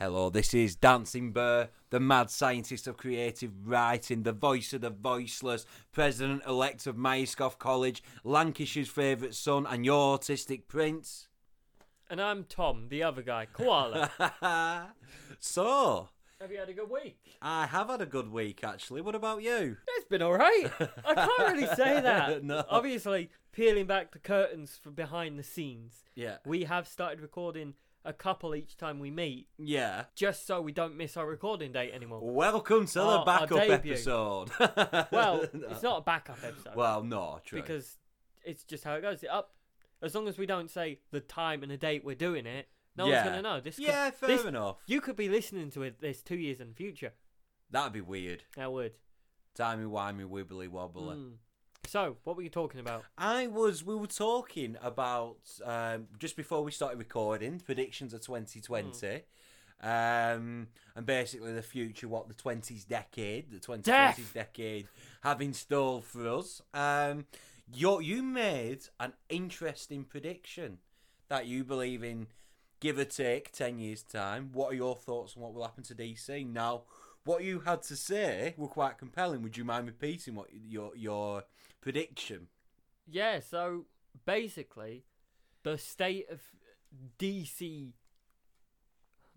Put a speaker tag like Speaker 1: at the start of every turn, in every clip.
Speaker 1: Hello, this is Dancing Burr, the mad scientist of creative writing, the voice of the voiceless, president elect of Myerscough College, Lancashire's favourite son, and your autistic prince.
Speaker 2: And I'm Tom, the other guy, Koala.
Speaker 1: so,
Speaker 2: Have you had a good week?
Speaker 1: I have had a good week actually. What about you?
Speaker 2: It's been all right. I can't really say that.
Speaker 1: No.
Speaker 2: Obviously, peeling back the curtains from behind the scenes,
Speaker 1: Yeah.
Speaker 2: we have started recording a couple each time we meet,
Speaker 1: Yeah.
Speaker 2: just so we don't miss our recording date anymore.
Speaker 1: Welcome to
Speaker 2: Our-
Speaker 1: the
Speaker 2: our
Speaker 1: backup
Speaker 2: debut.
Speaker 1: episode.
Speaker 2: Well,
Speaker 1: No.
Speaker 2: it's not a backup episode
Speaker 1: Well, no, true.
Speaker 2: because it's just how it goes. It up as long as we don't say the time and the date we're doing it. No
Speaker 1: Yeah.
Speaker 2: one's gonna know. This could-
Speaker 1: Yeah, fair
Speaker 2: this-
Speaker 1: enough.
Speaker 2: You could be listening to it this two years in the future.
Speaker 1: That'd be weird.
Speaker 2: I would.
Speaker 1: Timey wimey wibbly wobbly.
Speaker 2: Mm. So, what were you talking about?
Speaker 1: I was. We were talking about um, just before we started recording predictions of 2020, um, and basically the future, what the 20s decade, the 2020s
Speaker 2: Death!
Speaker 1: decade, have in store for us. Um, you you made an interesting prediction that you believe in, give or take, 10 years time. What are your thoughts on what will happen to DC now? What you had to say were quite compelling. Would you mind repeating what your your prediction?
Speaker 2: Yeah, so basically, the state of DC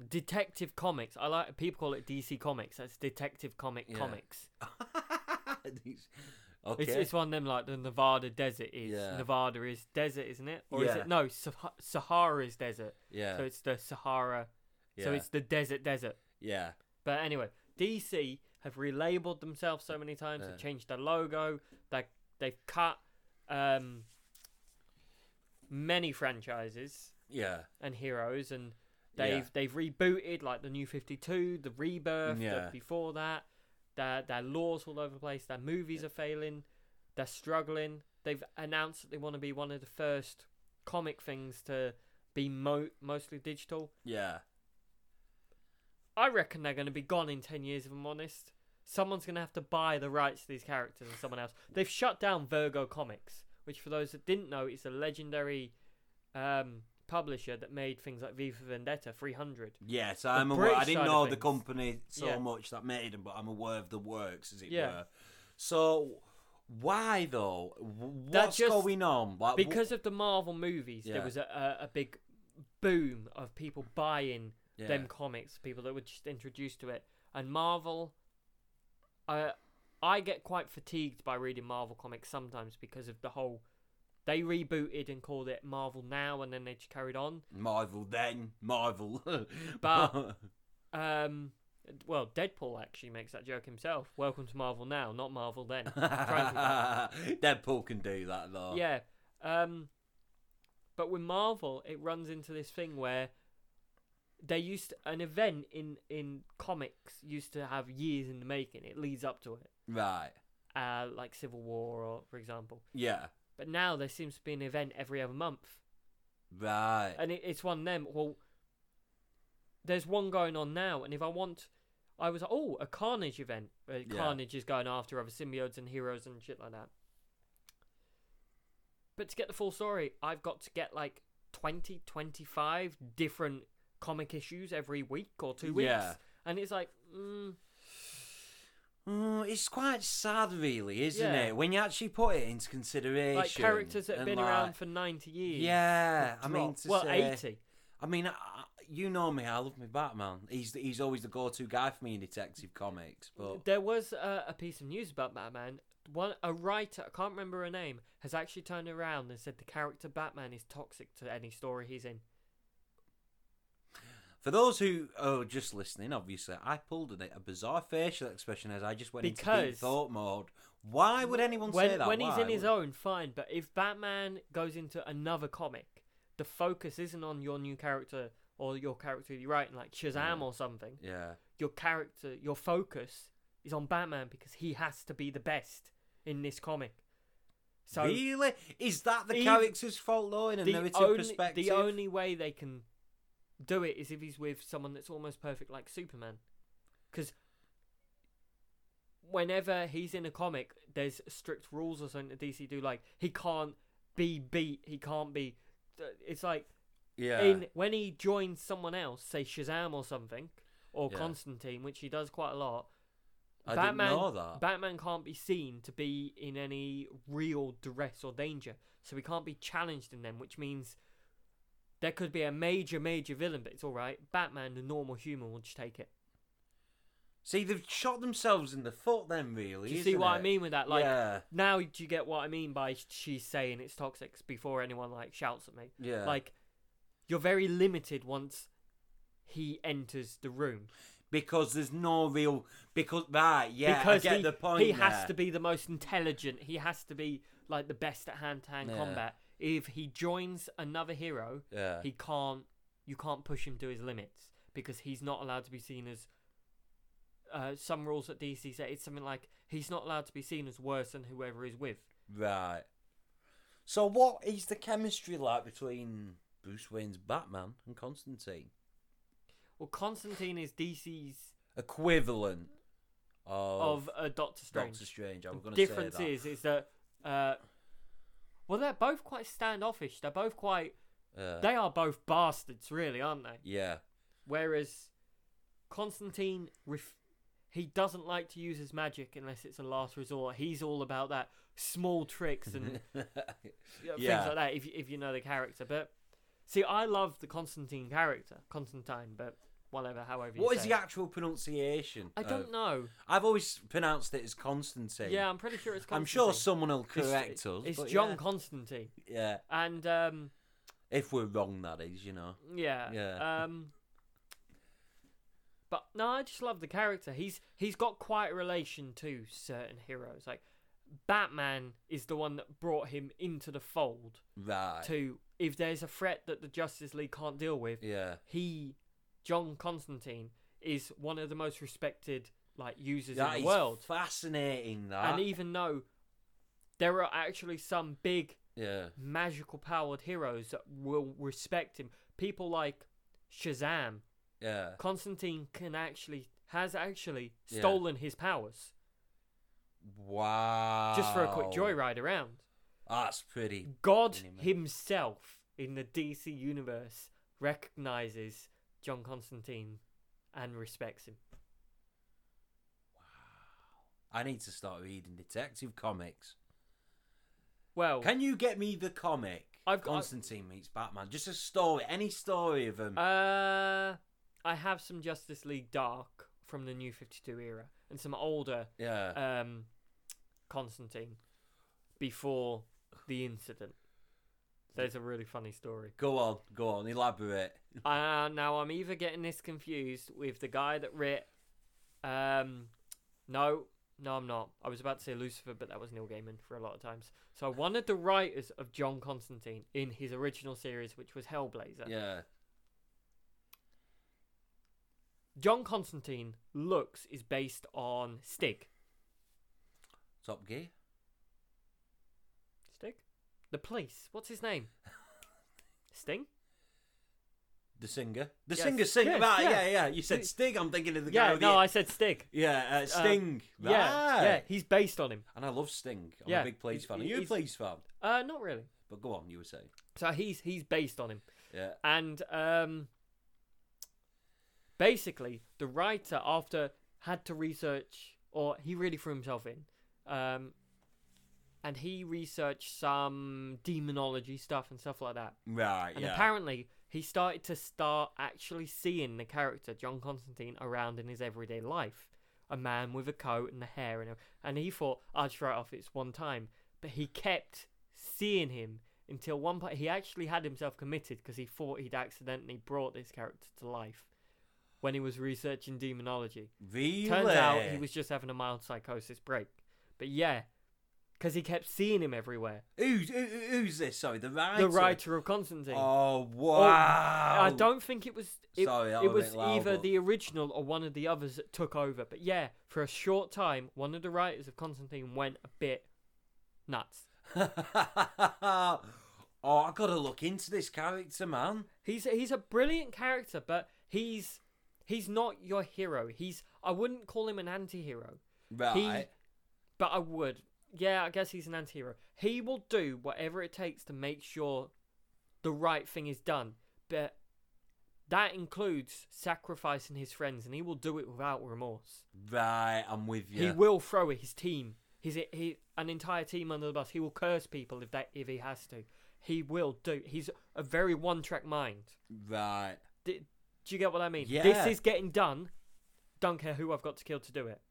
Speaker 2: Detective Comics. I like people call it DC Comics. That's Detective Comic
Speaker 1: Yeah.
Speaker 2: Comics.
Speaker 1: These- okay.
Speaker 2: It's it's one of them like the Nevada desert is.
Speaker 1: Yeah.
Speaker 2: Nevada is desert, isn't it? Or is
Speaker 1: Yeah.
Speaker 2: it no Sah- Sahara is desert.
Speaker 1: yeah.
Speaker 2: So it's the Sahara.
Speaker 1: yeah.
Speaker 2: So it's the desert desert.
Speaker 1: yeah.
Speaker 2: But anyway, DC have relabeled themselves so many times.
Speaker 1: Yeah.
Speaker 2: They've changed their logo. They they've cut um, many franchises
Speaker 1: Yeah.
Speaker 2: and heroes, and
Speaker 1: Yeah.
Speaker 2: they've they've rebooted like the New Fifty Two, the Rebirth, the-
Speaker 1: Yeah.
Speaker 2: before that. Their their laws all over the place. Their movies are failing. They're struggling. They've announced that they want to be one of the first comic things to be mo- mostly digital.
Speaker 1: Yeah.
Speaker 2: I reckon they're going to be gone in 10 years, if I'm honest. Someone's going to have to buy the rights to these characters and someone else. They've shut down Virgo Comics, which, for those that didn't know, is a legendary um, publisher that made things like V for Vendetta 300.
Speaker 1: Yes, I'm
Speaker 2: The
Speaker 1: aware. I
Speaker 2: British
Speaker 1: didn't
Speaker 2: side of
Speaker 1: know the
Speaker 2: things.
Speaker 1: company so
Speaker 2: Yeah.
Speaker 1: much that made them, but I'm aware of the works, as it
Speaker 2: Yeah.
Speaker 1: were. So, why though? W-
Speaker 2: That
Speaker 1: What's
Speaker 2: just-
Speaker 1: going on? Like, Uh, wh-
Speaker 2: Because of the Marvel movies,
Speaker 1: Yeah.
Speaker 2: there was a, a, a big boom of people buying
Speaker 1: yeah.
Speaker 2: them comics, people that were just introduced to it. And Marvel, I I get quite fatigued by reading Marvel comics sometimes because of the whole. They rebooted and called it Marvel Now, and then they just carried on.
Speaker 1: Marvel then Marvel,
Speaker 2: But- Um, well, Deadpool actually makes that joke himself. Welcome to Marvel Now, not Marvel Then. Frankly.
Speaker 1: Deadpool can do that though.
Speaker 2: yeah. Um, but with Marvel, it runs into this thing where they used an event in in comics used to have years in the making. It leads up to it.
Speaker 1: Right.
Speaker 2: uh, like Civil War, or for example.
Speaker 1: Yeah.
Speaker 2: But now there seems to be an event every other month,
Speaker 1: Right.
Speaker 2: and it, it's one of them. Well, there's one going on now, and if I want, I was like, oh, a Carnage event. Uh,
Speaker 1: Yeah.
Speaker 2: Carnage is going after other symbiotes and heroes and shit like that. But to get the full story, I've got to get like 20, 25 different comic issues every week or two weeks,
Speaker 1: Yeah.
Speaker 2: and it's like, mm,
Speaker 1: Mm, it's quite sad, really, isn't
Speaker 2: Yeah.
Speaker 1: it? When you actually put it into consideration,
Speaker 2: like characters that have
Speaker 1: and,
Speaker 2: been
Speaker 1: like,
Speaker 2: around for ninety years.
Speaker 1: Yeah, I mean,
Speaker 2: drop.
Speaker 1: to
Speaker 2: well,
Speaker 1: say-
Speaker 2: eighty.
Speaker 1: I mean, I, I- you know me. I love me Batman. He's the- he's always the go-to guy for me in Detective Comics. But
Speaker 2: There was a, a piece of news about Batman. One a writer, I can't remember her name, has actually turned around and said the character Batman is toxic to any story he's in.
Speaker 1: for those who are just listening, obviously, I pulled a, a bizarre facial expression as I just went into deep
Speaker 2: Because-
Speaker 1: thought mode. Why would anyone
Speaker 2: when
Speaker 1: say that?
Speaker 2: when he's
Speaker 1: Why
Speaker 2: in his
Speaker 1: would-
Speaker 2: own, fine. But if Batman goes into another comic, the focus isn't on your new character or your character you're writing, like
Speaker 1: Yeah.
Speaker 2: Shazam or something.
Speaker 1: yeah,
Speaker 2: Your character, your focus is on Batman because he has to be the best in this comic. So
Speaker 1: really, is that the
Speaker 2: Ev-
Speaker 1: character's fault, though, in a narrative
Speaker 2: only,
Speaker 1: perspective?
Speaker 2: The only way they can do it is if he's with someone that's almost perfect like Superman. Because whenever he's in a comic, there's strict rules or something that DC do. Like, he can't be beat. He can't be. It's like
Speaker 1: Yeah.
Speaker 2: in when he joins someone else, say Shazam or something, or
Speaker 1: Yeah.
Speaker 2: Constantine, which he does quite a lot.
Speaker 1: I
Speaker 2: Batman,
Speaker 1: didn't know that.
Speaker 2: Batman can't be seen to be in any real duress or danger, so he can't be challenged in them, which means there could be a major, major villain, but it's all right. Batman, the normal human, will just take it.
Speaker 1: see, they've shot themselves in the foot then, really.
Speaker 2: Do you see
Speaker 1: isn't
Speaker 2: what I
Speaker 1: it?
Speaker 2: mean with that? Like
Speaker 1: yeah.
Speaker 2: now, do you get what I mean by she's saying it's toxic before anyone like shouts at me?
Speaker 1: Yeah.
Speaker 2: Like you're very limited once he enters the room.
Speaker 1: because there's no real because right yeah
Speaker 2: because
Speaker 1: I get
Speaker 2: he,
Speaker 1: the point
Speaker 2: he has
Speaker 1: there.
Speaker 2: to be the most intelligent. He has to be like the best at hand-to-hand
Speaker 1: Yeah.
Speaker 2: combat. If he joins another hero,
Speaker 1: yeah
Speaker 2: he can't. You can't push him to his limits because he's not allowed to be seen as. Uh, some rules that DC say it's something like he's not allowed to be seen as worse than whoever he's with.
Speaker 1: right so what is the chemistry like between Bruce Wayne's Batman and Constantine
Speaker 2: Well, Constantine is DC's
Speaker 1: equivalent of,
Speaker 2: of a Doctor Strange.
Speaker 1: Doctor Strange I was going to say
Speaker 2: difference
Speaker 1: that
Speaker 2: is is that uh, well they're both quite standoffish. They're both quite
Speaker 1: Uh,
Speaker 2: they are both bastards, really, aren't they?
Speaker 1: yeah
Speaker 2: Whereas Constantine, ref- he doesn't like to use his magic unless it's a last resort. He's all about that small tricks and yeah,
Speaker 1: Yeah.
Speaker 2: things like that. If you- if you know the character, but see, I love the Constantine character, Constantine, but whatever, however. you
Speaker 1: what is Oh,
Speaker 2: say
Speaker 1: the
Speaker 2: it.
Speaker 1: actual pronunciation
Speaker 2: I don't
Speaker 1: of-
Speaker 2: know.
Speaker 1: I've always pronounced it as Constantine
Speaker 2: Yeah, I'm pretty sure it's. Constantine.
Speaker 1: I'm sure someone will
Speaker 2: It's-
Speaker 1: correct us
Speaker 2: It's
Speaker 1: but
Speaker 2: John
Speaker 1: yeah.
Speaker 2: Constantine,
Speaker 1: yeah
Speaker 2: and um,
Speaker 1: if we're wrong that is you know
Speaker 2: Yeah.
Speaker 1: Yeah.
Speaker 2: Um. But no, I just love the character. He's he's got quite a relation to certain heroes. Like Batman is the one that brought him into the fold.
Speaker 1: right
Speaker 2: To if there's a threat that the Justice League can't deal with,
Speaker 1: yeah
Speaker 2: he, John Constantine, is one of the most respected like users
Speaker 1: That
Speaker 2: in
Speaker 1: is
Speaker 2: the world.
Speaker 1: fascinating that
Speaker 2: And even though there are actually some big
Speaker 1: yeah
Speaker 2: magical powered heroes that will respect him, people like Shazam
Speaker 1: yeah
Speaker 2: Constantine can actually has actually
Speaker 1: Yeah.
Speaker 2: stolen his powers
Speaker 1: Wow.
Speaker 2: just for a
Speaker 1: Oh.
Speaker 2: quick joyride around.
Speaker 1: That's pretty.
Speaker 2: God
Speaker 1: Can you imagine?
Speaker 2: himself in the DC universe recognizes John Constantine and respects him.
Speaker 1: I need to start reading detective comics.
Speaker 2: Well,
Speaker 1: Can you get me the comic?
Speaker 2: Oh. I've got-
Speaker 1: Constantine meets Batman. Just a story, any story of him.
Speaker 2: uh I have some Justice League Dark from the New 52 era and some older
Speaker 1: yeah.
Speaker 2: um Constantine before the incident. There's a really funny story.
Speaker 1: go on, go on, elaborate.
Speaker 2: Uh, now I'm either getting this confused with the guy that writ. Um, no, no, I'm not. I was about to say Lucifer, but that was Neil Gaiman for a lot of times. So one of the writers of John Constantine in his original series, which was Hellblazer.
Speaker 1: Yeah.
Speaker 2: John Constantine looks is based on Stig.
Speaker 1: Top Gear.
Speaker 2: Stig, the police. What's his name? Sting.
Speaker 1: The singer. The
Speaker 2: Yes,
Speaker 1: singer singer.
Speaker 2: yes,
Speaker 1: right,
Speaker 2: yeah.
Speaker 1: yeah. yeah, You said Stig. I'm thinking of the guy
Speaker 2: yeah,
Speaker 1: with
Speaker 2: no,
Speaker 1: the. Ah.
Speaker 2: I said Stig.
Speaker 1: Yeah, uh, Sting. right.
Speaker 2: Yeah, yeah, he's based on him.
Speaker 1: And I love Sting. I'm
Speaker 2: Yeah,
Speaker 1: a big Please
Speaker 2: he's-
Speaker 1: fan. Are you a
Speaker 2: he's-
Speaker 1: Please fan?
Speaker 2: Uh, not really.
Speaker 1: But go on, you were saying.
Speaker 2: So he's he's based on him.
Speaker 1: Yeah.
Speaker 2: and um, basically the writer after had to research or he really threw himself in um, and he researched some demonology stuff and stuff like that
Speaker 1: Right,
Speaker 2: and
Speaker 1: yeah.
Speaker 2: apparently he started to start actually seeing the character john constantine around in his everyday life a man with a coat and the hair and, and he thought i'll just write off it's one time but he kept seeing him until one point he actually had himself committed because he thought he'd accidentally brought this character to life when he was researching demonology
Speaker 1: really?
Speaker 2: Turns out he was just having a mild psychosis break. But yeah, because he kept seeing him everywhere.
Speaker 1: Who's, who, who's this? Sorry, the writer.
Speaker 2: The writer of Constantine.
Speaker 1: Oh wow!
Speaker 2: I don't think it was. It,
Speaker 1: Um, Sorry, that
Speaker 2: it
Speaker 1: was a
Speaker 2: was
Speaker 1: bit loud,
Speaker 2: either
Speaker 1: but-
Speaker 2: the original or one of the others that took over. But yeah, for a short time, one of the writers of Constantine went a bit nuts.
Speaker 1: oh, I gotta look into this character, man.
Speaker 2: He's he's a brilliant character, but he's he's not your hero. He's I wouldn't call him an anti-hero.
Speaker 1: Right.
Speaker 2: But I would. Yeah, I guess he's an anti-hero. He will do whatever it takes to make sure the right thing is done. but that includes sacrificing his friends, and he will do it without remorse.
Speaker 1: Right, I'm with you.
Speaker 2: He will throw his team, his he, an entire team under the bus. He will curse people if that if he has to. He will do. He's a very one-track mind.
Speaker 1: Right.
Speaker 2: Do, do you get what I mean? This
Speaker 1: Yeah.
Speaker 2: is getting done. Don't care who I've got to kill to do it.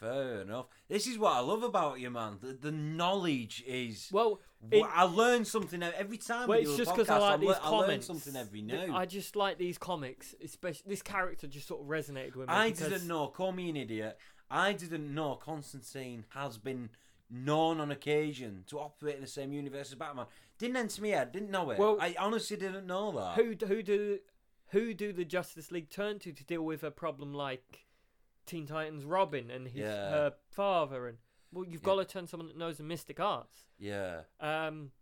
Speaker 1: Fair enough. This is what I love about you, man. The, the knowledge is.
Speaker 2: Well,
Speaker 1: Wha-
Speaker 2: it-
Speaker 1: I learn something ev- every time.
Speaker 2: well,
Speaker 1: we do
Speaker 2: it's
Speaker 1: a
Speaker 2: just because
Speaker 1: podcast,
Speaker 2: I like
Speaker 1: I'm
Speaker 2: these
Speaker 1: lear- I
Speaker 2: comments.
Speaker 1: learn something every
Speaker 2: Th-
Speaker 1: new.
Speaker 2: I just like these comics, especially this character. Just sort of resonated with me.
Speaker 1: I
Speaker 2: because-
Speaker 1: didn't know. Call me an idiot. I didn't know Constantine has been known on occasion to operate in the same universe as Batman. Didn't enter me head. Didn't know it.
Speaker 2: Well-
Speaker 1: I honestly didn't know that.
Speaker 2: Who d- who do who do the Justice League turn to to deal with a problem like Teen Titans Robin and his
Speaker 1: Yeah.
Speaker 2: her father and well you've
Speaker 1: Yeah.
Speaker 2: got to turn someone that knows the mystic arts.
Speaker 1: Yeah.
Speaker 2: Um,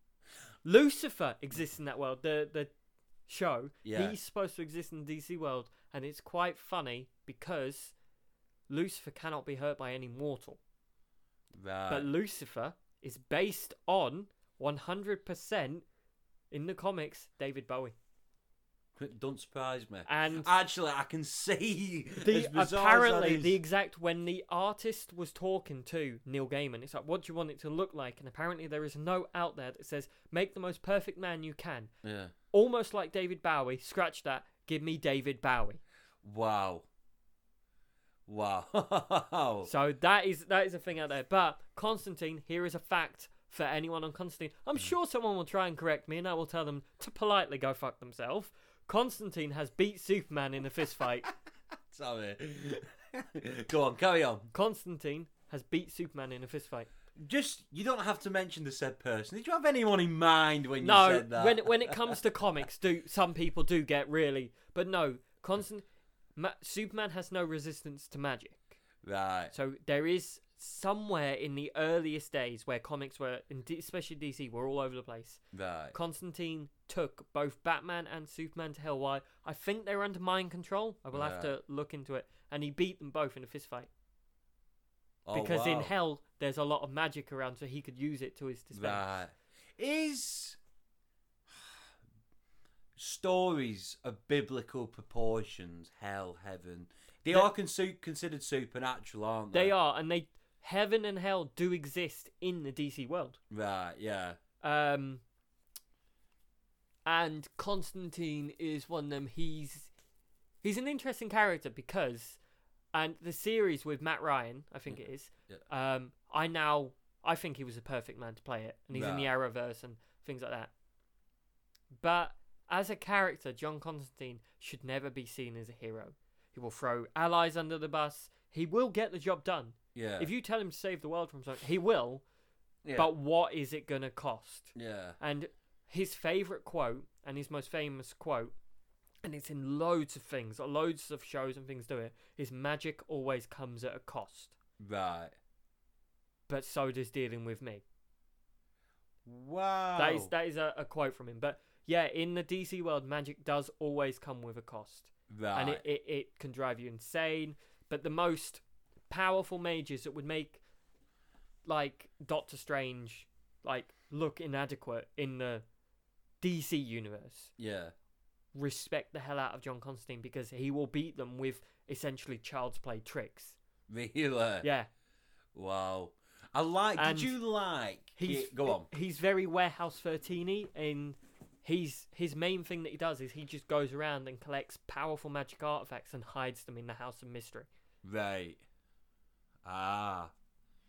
Speaker 2: Lucifer exists in that world. The the show
Speaker 1: Yeah.
Speaker 2: he's supposed to exist in the DC world, and it's quite funny because Lucifer cannot be hurt by any mortal.
Speaker 1: Right.
Speaker 2: But Lucifer is based on 100% in the comics David Bowie.
Speaker 1: Don't surprise me.
Speaker 2: And
Speaker 1: Actually, I can see.
Speaker 2: the,
Speaker 1: as bizarre as that
Speaker 2: apparently,
Speaker 1: is-
Speaker 2: the exact when the artist was talking to Neil Gaiman, it's like, what do you want it to look like? And apparently, there is a note out there that says, make the most perfect man you can.
Speaker 1: Yeah.
Speaker 2: Almost like David Bowie, scratch that, give me David Bowie.
Speaker 1: Wow. Wow.
Speaker 2: So that is that is a thing out there. But Constantine, here is a fact for anyone on Constantine. I'm
Speaker 1: Mm.
Speaker 2: sure someone will try and correct me, and I will tell them to politely go fuck themselves. Constantine has beat Superman in a fist fight.
Speaker 1: Sorry. Go on, carry on.
Speaker 2: Constantine has beat Superman in a fist fight.
Speaker 1: Just you don't have to mention the said person. Did you have anyone in mind when you
Speaker 2: No,
Speaker 1: said that?
Speaker 2: when when it comes to comics, do some people do get really, but no, Constant Ma- Superman has no resistance to magic.
Speaker 1: right,
Speaker 2: So there is somewhere in the earliest days where comics were, and D- especially DC, were all over the place.
Speaker 1: right,
Speaker 2: Constantine took both Batman and Superman to hell. Why? I think they were under mind control. I will have
Speaker 1: Yeah.
Speaker 2: to look into it. And he beat them both in a fist fight
Speaker 1: Oh,
Speaker 2: because in
Speaker 1: wow.
Speaker 2: hell there's a lot of magic around, so he could use it to his
Speaker 1: right,
Speaker 2: disadvantage.
Speaker 1: is stories of biblical proportions, hell, heaven. They,
Speaker 2: They-
Speaker 1: are consu- considered supernatural, aren't they?
Speaker 2: They are, and they heaven and hell do exist in the DC world.
Speaker 1: Right, yeah,
Speaker 2: Um, and Constantine is one of them. He's he's an interesting character because, and the series with Matt Ryan, I think it is.
Speaker 1: Yeah.
Speaker 2: Um, I now I think he was a perfect man to play it, and he's in the Arrowverse and things like that. But as a character, John Constantine should never be seen as a hero. He will throw allies under the bus. He will get the job done.
Speaker 1: yeah.
Speaker 2: If you tell him to save the world from something, he will.
Speaker 1: yeah.
Speaker 2: But what is it going to cost?
Speaker 1: yeah,
Speaker 2: And his favourite quote and his most famous quote, and it's in loads of things, loads of shows and things do it, is magic always comes at a cost.
Speaker 1: right.
Speaker 2: But so does dealing with me.
Speaker 1: Wow.
Speaker 2: That is that is a, a quote from him. But yeah, in the DC world, magic does always come with a cost.
Speaker 1: right.
Speaker 2: And it, it, it can drive you insane. But the most powerful mages that would make like Doctor Strange like look inadequate in the DC universe
Speaker 1: yeah.
Speaker 2: respect the hell out of John Constantine because he will beat them with essentially child's play tricks.
Speaker 1: Really.
Speaker 2: Yeah,
Speaker 1: Wow. I like.
Speaker 2: And
Speaker 1: did you like?
Speaker 2: he's
Speaker 1: Yeah, go on.
Speaker 2: He's very warehouse Fertini, and he's his main thing that he does is he just goes around and collects powerful magic artifacts and hides them in the House of Mystery.
Speaker 1: Right. Ah.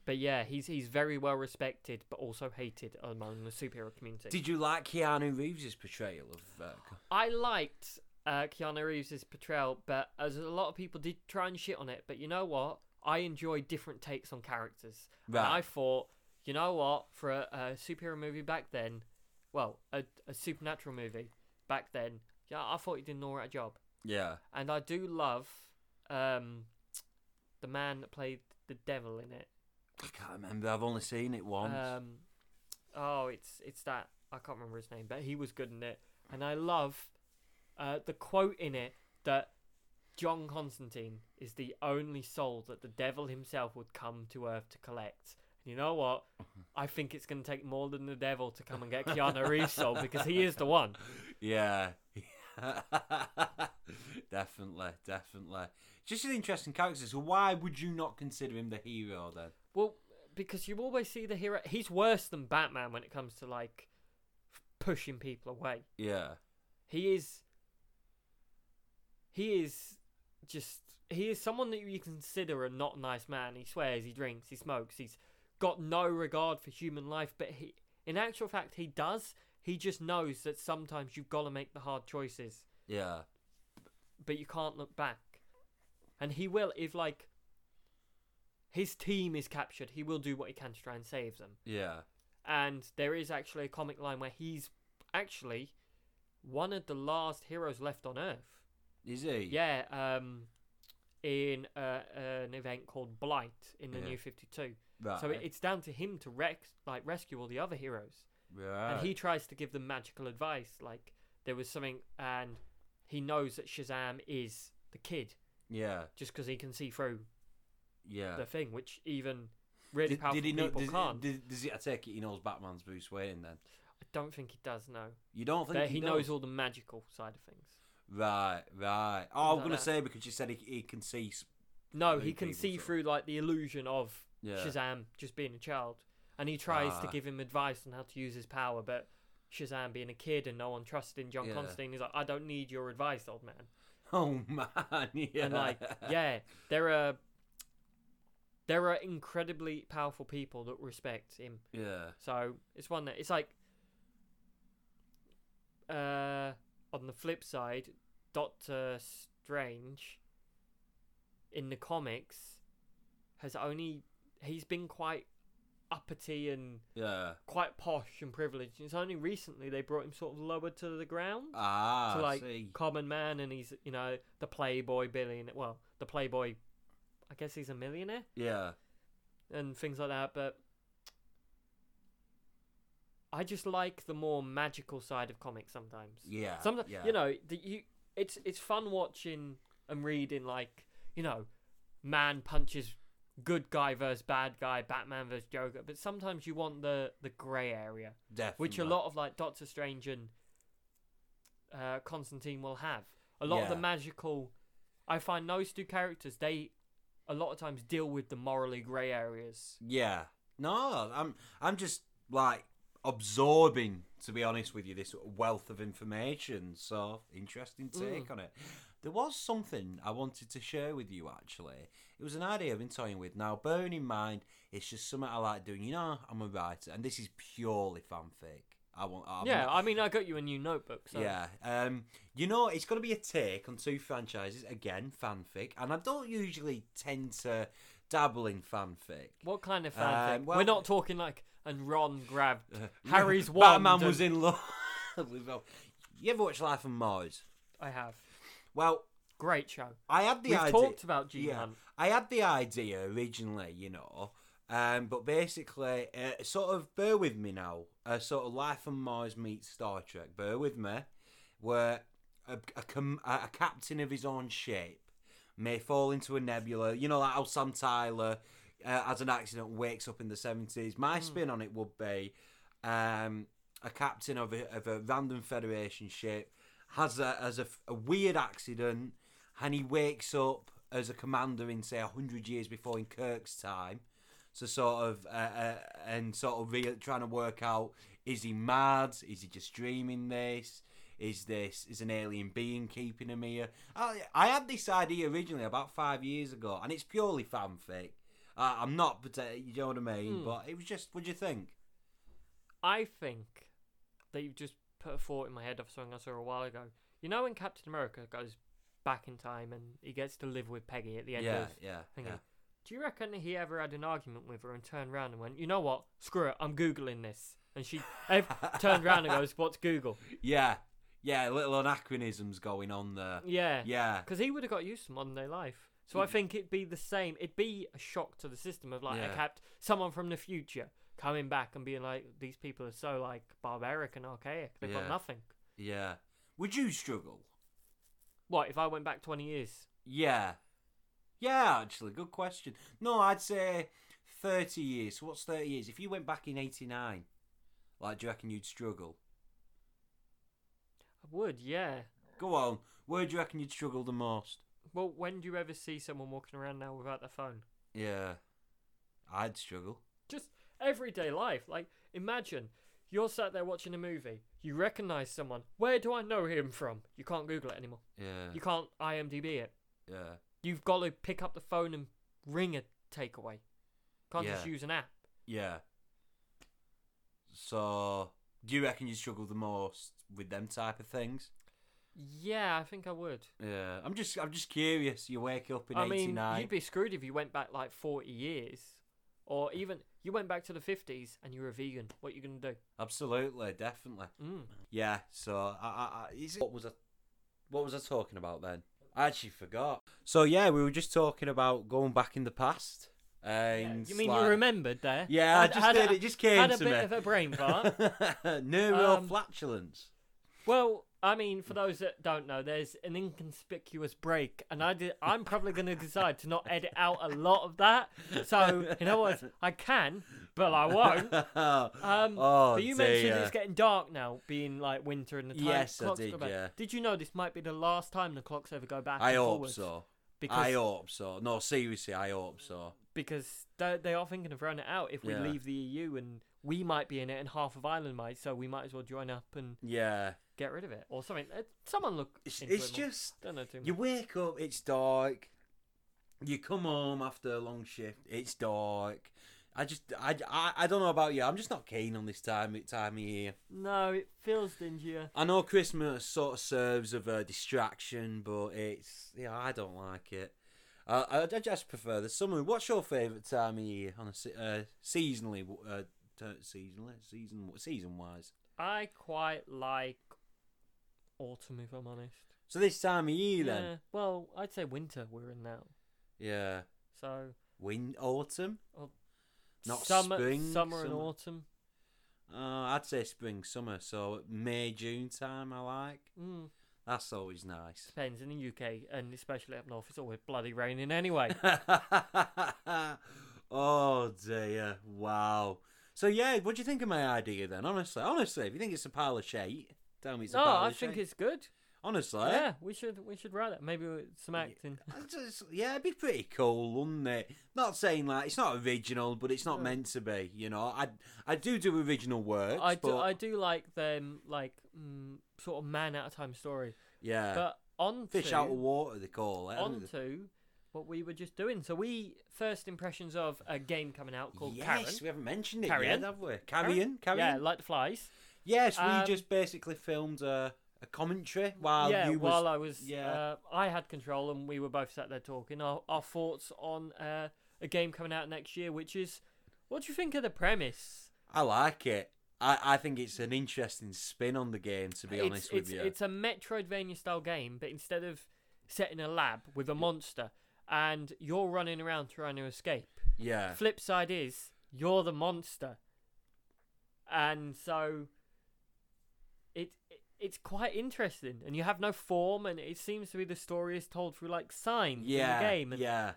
Speaker 2: But yeah, he's he's very well respected, but also hated among the superhero community.
Speaker 1: Did you like Keanu Reeves' portrayal of? Uh,
Speaker 2: I liked uh, Keanu Reeves' portrayal, but as a lot of people did try and shit on it, but you know what? I enjoy different takes on characters. And
Speaker 1: Right.
Speaker 2: I thought, you know what? For a, a superhero movie back then, well, a, a supernatural movie back then, yeah, I thought he did an alright job.
Speaker 1: yeah.
Speaker 2: And I do love um, the man that played the devil in it.
Speaker 1: I can't remember. I've only seen it once.
Speaker 2: Um, oh, it's it's that I can't remember his name, but he was good in it, and I love uh, the quote in it that John Constantine is the only soul that the devil himself would come to Earth to collect. you know what? I think it's going to take more than the devil to come and get Keanu Reeves sold because he is the one.
Speaker 1: Yeah. definitely, definitely. Just an interesting character. So why would you not consider him the hero then?
Speaker 2: Well, because you always see the hero. He's worse than Batman when it comes to like f- pushing people away.
Speaker 1: Yeah.
Speaker 2: He is. He is just. He is someone that you consider a not nice man. He swears, he drinks, he smokes, he's got no regard for human life, but he. In actual fact, he does. He just knows that sometimes you've got to make the hard choices,
Speaker 1: Yeah.
Speaker 2: but you can't look back. And he will, if like his team is captured, he will do what he can to try and save them.
Speaker 1: Yeah.
Speaker 2: and there is actually a comic line where he's actually one of the last heroes left on Earth.
Speaker 1: Is he?
Speaker 2: Yeah, um, in uh, an event called Blight in the
Speaker 1: Yeah.
Speaker 2: New Fifty Two.
Speaker 1: Right.
Speaker 2: So it, it's down to him to rex like rescue all the other heroes,
Speaker 1: right.
Speaker 2: and he tries to give them magical advice. Like there was something, and he knows that Shazam is the kid
Speaker 1: Yeah.
Speaker 2: just because he can see through
Speaker 1: Yeah.
Speaker 2: the thing, which even really
Speaker 1: Did-
Speaker 2: powerful
Speaker 1: did he know?
Speaker 2: people
Speaker 1: Does,
Speaker 2: can't.
Speaker 1: Did, does he, I take it he knows Batman's Bruce Wayne then.
Speaker 2: I don't think he does know.
Speaker 1: You don't think
Speaker 2: But he knows all the magical side of things.
Speaker 1: Right, right. Oh, I'm
Speaker 2: Like
Speaker 1: gonna
Speaker 2: that.
Speaker 1: say because you said he, he can see. s-
Speaker 2: No,
Speaker 1: Move
Speaker 2: he can
Speaker 1: people
Speaker 2: see
Speaker 1: sort of-
Speaker 2: through like the illusion of
Speaker 1: Yeah.
Speaker 2: Shazam just being a child, and he tries to
Speaker 1: Ah.
Speaker 2: give him advice on how to use his power, but Shazam being a kid and no one trusting John
Speaker 1: Yeah.
Speaker 2: Constantine, he's like, I don't need your advice, old man.
Speaker 1: Oh man, yeah.
Speaker 2: And like, yeah, there are there are incredibly powerful people that respect him.
Speaker 1: yeah,
Speaker 2: So it's one that it's like uh on the flip side, Doctor Strange in the comics has only he's been quite uppity and
Speaker 1: yeah.
Speaker 2: quite posh and privileged. It's only recently they brought him sort of lower to the ground.
Speaker 1: Ah,
Speaker 2: to like
Speaker 1: see.
Speaker 2: common man and he's you know, the playboy billionaire well, the playboy I guess he's a millionaire
Speaker 1: yeah,
Speaker 2: and things like that, but I just like the more magical side of comics sometimes.
Speaker 1: yeah.
Speaker 2: sometimes
Speaker 1: yeah.
Speaker 2: you know, the, you it's it's fun watching and reading like, you know, man punches good guy versus bad guy, Batman versus Joker, but sometimes you want the the gray area,
Speaker 1: definitely.
Speaker 2: which a lot of like Doctor Strange and uh, Constantine will have. A lot of the
Speaker 1: Yeah.
Speaker 2: magical I find those two characters they a lot of times deal with the morally grey areas
Speaker 1: Yeah. No, I'm. I'm just like absorbing, to be honest with you, this wealth of information. So interesting
Speaker 2: Mm.
Speaker 1: take on it. There was something I wanted to share with you actually. It was an idea I've been toying with. Now, bearing in mind, it's just something I like doing. You know, I'm a writer, and this is purely fanfic. I want. I'm
Speaker 2: yeah,
Speaker 1: not-
Speaker 2: I mean, I got you a new notebook. So.
Speaker 1: Yeah. Um, you know, it's going to be a take on two franchises. Again, fanfic. And I don't usually tend to dabble in fanfic.
Speaker 2: What kind of fanfic?
Speaker 1: Um, well-
Speaker 2: We're not talking like and Ron grabbed Harry's wand.
Speaker 1: Batman
Speaker 2: and-
Speaker 1: was in love with Ron. You ever watch Life on Mars?
Speaker 2: I have
Speaker 1: Well,
Speaker 2: great show.
Speaker 1: I had the
Speaker 2: We've
Speaker 1: idea.
Speaker 2: talked about Gene
Speaker 1: yeah,
Speaker 2: Hunt.
Speaker 1: I had the idea originally, you know, um, but basically, uh, sort of bear with me now. Uh, sort of Life on Mars meets Star Trek. Bear with me, where a, a, com- a a captain of his own shape may fall into a nebula. You know, like how Sam Tyler, uh, as an accident, wakes up in the seventies. My
Speaker 2: Hmm.
Speaker 1: spin on it would be um, a captain of a, of a random Federation ship has a as a, f- a weird accident, and he wakes up as a commander in say hundred years before in Kirk's time. So sort of uh, uh, and sort of re- trying to work out: is he mad? Is he just dreaming this? Is this is an alien being keeping him here? I, I had this idea originally about five years ago, and it's purely fanfic. Uh, I'm not, parti- you know what I mean. But it was just, what do you think?
Speaker 2: I think that you've just put a thought in my head of something I saw a while ago. You know when Captain America goes back in time and he gets to live with Peggy at the end
Speaker 1: yeah,
Speaker 2: of
Speaker 1: yeah,
Speaker 2: thinking.
Speaker 1: yeah.
Speaker 2: Do you reckon he ever had an argument with her and turned round and went, "You know what? Screw it. I'm googling this." And she ev- turned round and goes, "What's Google?"
Speaker 1: Yeah, yeah, little anachronisms going on there.
Speaker 2: Yeah.
Speaker 1: Yeah,
Speaker 2: Because he would have got used to modern day life. So I think it'd be the same. It'd be a shock to the system of like a
Speaker 1: Yeah.
Speaker 2: capt someone from the future coming back and being like, these people are so like barbaric and archaic. They've got
Speaker 1: Yeah.
Speaker 2: nothing.
Speaker 1: yeah. Would you struggle?
Speaker 2: What if I went back twenty years?
Speaker 1: Yeah, yeah. Actually, good question. No, I'd say 30 years. So what's 30 years? If you went back in 89, like, do you reckon you'd struggle?
Speaker 2: I would, yeah.
Speaker 1: Go on. Where do you reckon you'd struggle the most?
Speaker 2: Well, when do you ever see someone walking around now without their phone?
Speaker 1: Yeah. I'd struggle.
Speaker 2: Just everyday life. Like, imagine you're sat there watching a movie. You recognise someone. Where do I know him from? You can't Google it anymore.
Speaker 1: Yeah.
Speaker 2: You can't IMDb it.
Speaker 1: Yeah.
Speaker 2: You've got to pick up the phone and ring a takeaway. Can't just
Speaker 1: Yeah.
Speaker 2: use an app.
Speaker 1: Yeah. So, do you reckon you struggle the most with them type of things?
Speaker 2: Yeah, I think I would.
Speaker 1: Yeah. I'm just, I'm just curious. You wake up in
Speaker 2: I mean,
Speaker 1: 89.
Speaker 2: you'd be screwed if you went back like 40 years, or even you went back to the 50s and you were a vegan. What are you gonna do?
Speaker 1: Absolutely, definitely.
Speaker 2: Mm.
Speaker 1: Yeah. So, I, I, I is it- what was I, what was I talking about then? I actually forgot. So yeah, we were just talking about going back in the past. And
Speaker 2: You mean
Speaker 1: like-
Speaker 2: you remembered there?
Speaker 1: Yeah, I
Speaker 2: Had-
Speaker 1: just
Speaker 2: had
Speaker 1: did.
Speaker 2: a-
Speaker 1: it just came
Speaker 2: had a
Speaker 1: to
Speaker 2: bit
Speaker 1: me.
Speaker 2: of a brain fart.
Speaker 1: Neural
Speaker 2: Um,
Speaker 1: flatulence.
Speaker 2: Well, I mean, for those that don't know, there's an inconspicuous break, and I did. I'm probably going to decide to not edit out a lot of that. So, in other words, I can, but I won't. Um,
Speaker 1: oh,
Speaker 2: but you mentioned
Speaker 1: dear.
Speaker 2: it's getting dark now, being like winter and the time
Speaker 1: Yes, I
Speaker 2: clocks
Speaker 1: did,
Speaker 2: go back.
Speaker 1: yeah.
Speaker 2: Did you know this might be the last time the clocks ever go back?
Speaker 1: I
Speaker 2: and
Speaker 1: hope
Speaker 2: forwards?
Speaker 1: so.
Speaker 2: Because
Speaker 1: I hope so. No, seriously, I hope so.
Speaker 2: because they, they are thinking of throwing it out if we
Speaker 1: Yeah.
Speaker 2: leave the EU, and we might be in it, and half of Ireland might. So we might as well join up and
Speaker 1: Yeah,
Speaker 2: get rid of it or something. Uh, Someone look.
Speaker 1: it's,
Speaker 2: into
Speaker 1: it's
Speaker 2: it more.
Speaker 1: just
Speaker 2: don't know too much.
Speaker 1: you wake up, it's dark. You come home after a long shift, it's dark. I just, I, I, I don't know about you. I'm just not keen on this time time of year.
Speaker 2: No, it feels dingier.
Speaker 1: I know Christmas sort of serves of a distraction, but it's yeah, I don't like it. Uh, I, I just prefer the summer. What's your favourite time of year on a se- uh, seasonally, w- uh, t- seasonally, season season wise?
Speaker 2: I quite like autumn, if I'm honest.
Speaker 1: So this time of year,
Speaker 2: Yeah,
Speaker 1: then,
Speaker 2: well, I'd say winter we're in now.
Speaker 1: yeah,
Speaker 2: So
Speaker 1: Win autumn,
Speaker 2: Oh,
Speaker 1: not
Speaker 2: summer,
Speaker 1: spring,
Speaker 2: summer, and autumn.
Speaker 1: Uh, I'd say spring, summer. So May, June time, I like.
Speaker 2: Mm,
Speaker 1: That's always nice.
Speaker 2: depends in the UK and especially up north. It's always bloody raining anyway.
Speaker 1: oh dear! Wow. So yeah, what do you think of my idea then? Honestly, honestly, if you think it's a pile of shit, tell me it's a
Speaker 2: no,
Speaker 1: pile
Speaker 2: I
Speaker 1: of
Speaker 2: think
Speaker 1: shit.
Speaker 2: it's good.
Speaker 1: honestly.
Speaker 2: yeah, we should we should write that. Maybe with some acting.
Speaker 1: I just- yeah, it'd be pretty cool, wouldn't it? Not saying like it's not original, but it's not
Speaker 2: No.
Speaker 1: meant to be. You know, I I do do original works,
Speaker 2: I do
Speaker 1: but
Speaker 2: I do like them like mm, sort of man at a time story.
Speaker 1: yeah,
Speaker 2: But on
Speaker 1: fish out of water they call it. haven't they?
Speaker 2: onto what we were just doing. So we first impressions of a game coming out called
Speaker 1: yes,
Speaker 2: Karen.
Speaker 1: we haven't mentioned it
Speaker 2: Carrion.
Speaker 1: yet, have we? Carrion, carrion.
Speaker 2: Yeah, like the flies.
Speaker 1: Yes, we
Speaker 2: Um,
Speaker 1: just basically filmed a, a commentary while
Speaker 2: yeah,
Speaker 1: Uh, you
Speaker 2: while
Speaker 1: was
Speaker 2: I was,
Speaker 1: yeah.
Speaker 2: uh, I had control and we were both sat there talking. Our, our thoughts on uh, a game coming out next year, which is, what do you think of the premise?
Speaker 1: I like it. I, I think it's an interesting spin on the game, to be
Speaker 2: it's,
Speaker 1: honest with
Speaker 2: it's,
Speaker 1: you.
Speaker 2: it's a Metroidvania style game, but instead of set in a lab with a monster and you're running around trying to escape.
Speaker 1: yeah,
Speaker 2: flip side is you're the monster and so it, it it's quite interesting and you have no form and it seems to be the story is told through like signs
Speaker 1: yeah,
Speaker 2: in the game and
Speaker 1: yeah,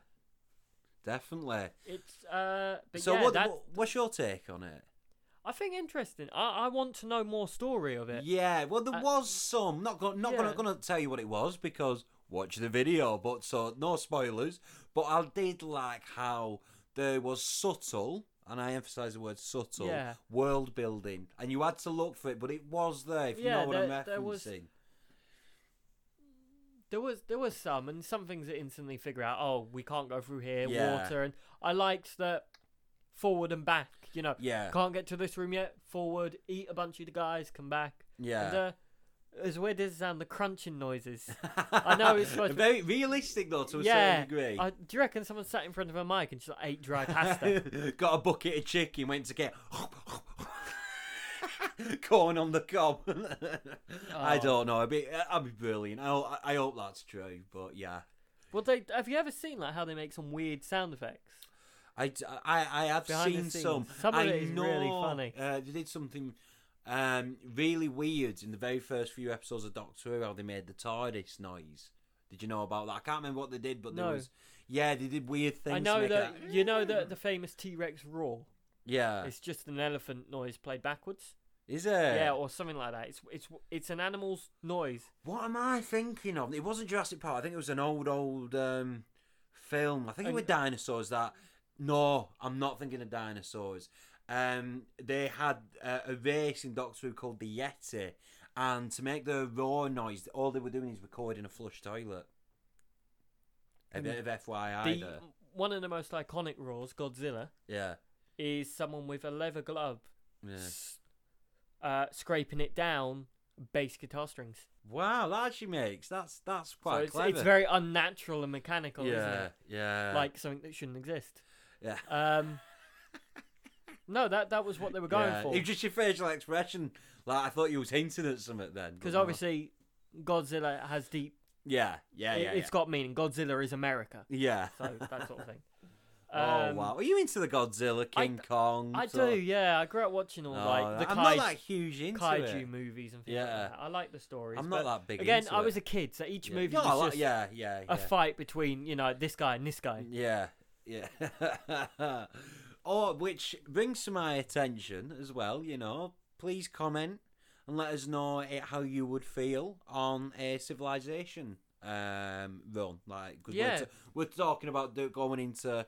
Speaker 1: definitely.
Speaker 2: it's uh but
Speaker 1: so
Speaker 2: yeah,
Speaker 1: what,
Speaker 2: that,
Speaker 1: what? What's your take on it?
Speaker 2: i think interesting i i want to know more story of it
Speaker 1: Yeah, well, there
Speaker 2: Uh,
Speaker 1: was some. Not going. Not
Speaker 2: yeah.
Speaker 1: going. Going to tell you what it was because watch the video. But so no spoilers. But I did like how there was subtle, and I emphasise the word subtle
Speaker 2: Yeah.
Speaker 1: world building, and you had to look for it. But it was there. If you
Speaker 2: Yeah,
Speaker 1: know what I'm
Speaker 2: there-
Speaker 1: referencing.
Speaker 2: there was- there was there was some and some things that instantly figure out oh we can't go through here
Speaker 1: Yeah.
Speaker 2: water and i liked that forward and back you know
Speaker 1: yeah,
Speaker 2: can't get to this room yet forward eat a bunch of the guys come back
Speaker 1: yeah.
Speaker 2: And, uh, as weird as it sound, the crunching noises. I know it's supposed to be-
Speaker 1: very realistic though to a
Speaker 2: Yeah,
Speaker 1: certain degree.
Speaker 2: I, do you reckon someone sat in front of a mic and just like, ate dry pasta?
Speaker 1: Got a bucket of chicken, went to get corn on the cob. I
Speaker 2: Oh.
Speaker 1: don't know. I'd be, I'd be brilliant. I, ho- I hope that's true, but yeah,
Speaker 2: well, they have you ever seen like how they make some weird sound effects?
Speaker 1: I, I, I have
Speaker 2: Behind the
Speaker 1: seen
Speaker 2: scenes.
Speaker 1: some.
Speaker 2: Some of
Speaker 1: I
Speaker 2: it is
Speaker 1: know,
Speaker 2: really funny.
Speaker 1: Uh, they did something um, really weird in the very first few episodes of Doctor Who. How they made the TARDIS noise. Did you know about that? I can't remember what they did, but there
Speaker 2: No.
Speaker 1: was yeah, they did weird things.
Speaker 2: I
Speaker 1: to
Speaker 2: know
Speaker 1: make
Speaker 2: that
Speaker 1: it-
Speaker 2: you know that the famous T Rex roar.
Speaker 1: Yeah,
Speaker 2: It's just an elephant noise played backwards.
Speaker 1: is it?
Speaker 2: Yeah, or something like that. It's it's it's an animal's noise.
Speaker 1: What am I thinking of? It wasn't Jurassic Park. I think it was an old old um, film. I think it
Speaker 2: And-
Speaker 1: were dinosaurs. That no, I'm not thinking of dinosaurs. Um, they had uh, a race in Doctor Who called the Yeti, and to make the roar noise, all they were doing is recording a flush toilet. A
Speaker 2: And
Speaker 1: bit of FYI
Speaker 2: The
Speaker 1: there.
Speaker 2: one of the most iconic roars, Godzilla,
Speaker 1: Yeah.
Speaker 2: is someone with a leather glove
Speaker 1: yeah.
Speaker 2: s- uh, scraping it down bass guitar strings.
Speaker 1: Wow, that actually makes that's that's
Speaker 2: so
Speaker 1: quite
Speaker 2: it's,
Speaker 1: clever.
Speaker 2: it's very unnatural and mechanical, isn't
Speaker 1: yeah,
Speaker 2: it?
Speaker 1: yeah,
Speaker 2: Like something that shouldn't exist.
Speaker 1: yeah.
Speaker 2: Um, no, that that was what they were going
Speaker 1: Yeah,
Speaker 2: for.
Speaker 1: It was just your facial expression. Like I thought you was hinting at something then. but
Speaker 2: Because
Speaker 1: no.
Speaker 2: obviously, Godzilla has deep.
Speaker 1: Yeah, yeah,
Speaker 2: it,
Speaker 1: yeah.
Speaker 2: has got meaning. Godzilla is America,
Speaker 1: yeah.
Speaker 2: so that sort of thing.
Speaker 1: oh
Speaker 2: Um,
Speaker 1: wow. Are you into the Godzilla,
Speaker 2: I-
Speaker 1: King Kong?
Speaker 2: I
Speaker 1: sort
Speaker 2: do,
Speaker 1: of-
Speaker 2: yeah. I grew up watching all
Speaker 1: Oh,
Speaker 2: like the
Speaker 1: I'm
Speaker 2: kai-
Speaker 1: not that huge into
Speaker 2: kaiju
Speaker 1: it.
Speaker 2: movies and things
Speaker 1: Yeah.
Speaker 2: like that. I like the stories.
Speaker 1: I'm not
Speaker 2: but
Speaker 1: that big.
Speaker 2: again,
Speaker 1: into
Speaker 2: I
Speaker 1: it.
Speaker 2: was a kid, so each
Speaker 1: yeah.
Speaker 2: movie
Speaker 1: No, I
Speaker 2: was
Speaker 1: like-
Speaker 2: just
Speaker 1: yeah, yeah, yeah.
Speaker 2: a fight between you know this guy and this guy.
Speaker 1: Yeah, yeah. oh, which brings to my attention as well, you know, please comment and let us know eh, how you would feel on a civilization um, run. Like, we we're,
Speaker 2: Yeah.
Speaker 1: t- we're talking about do- going into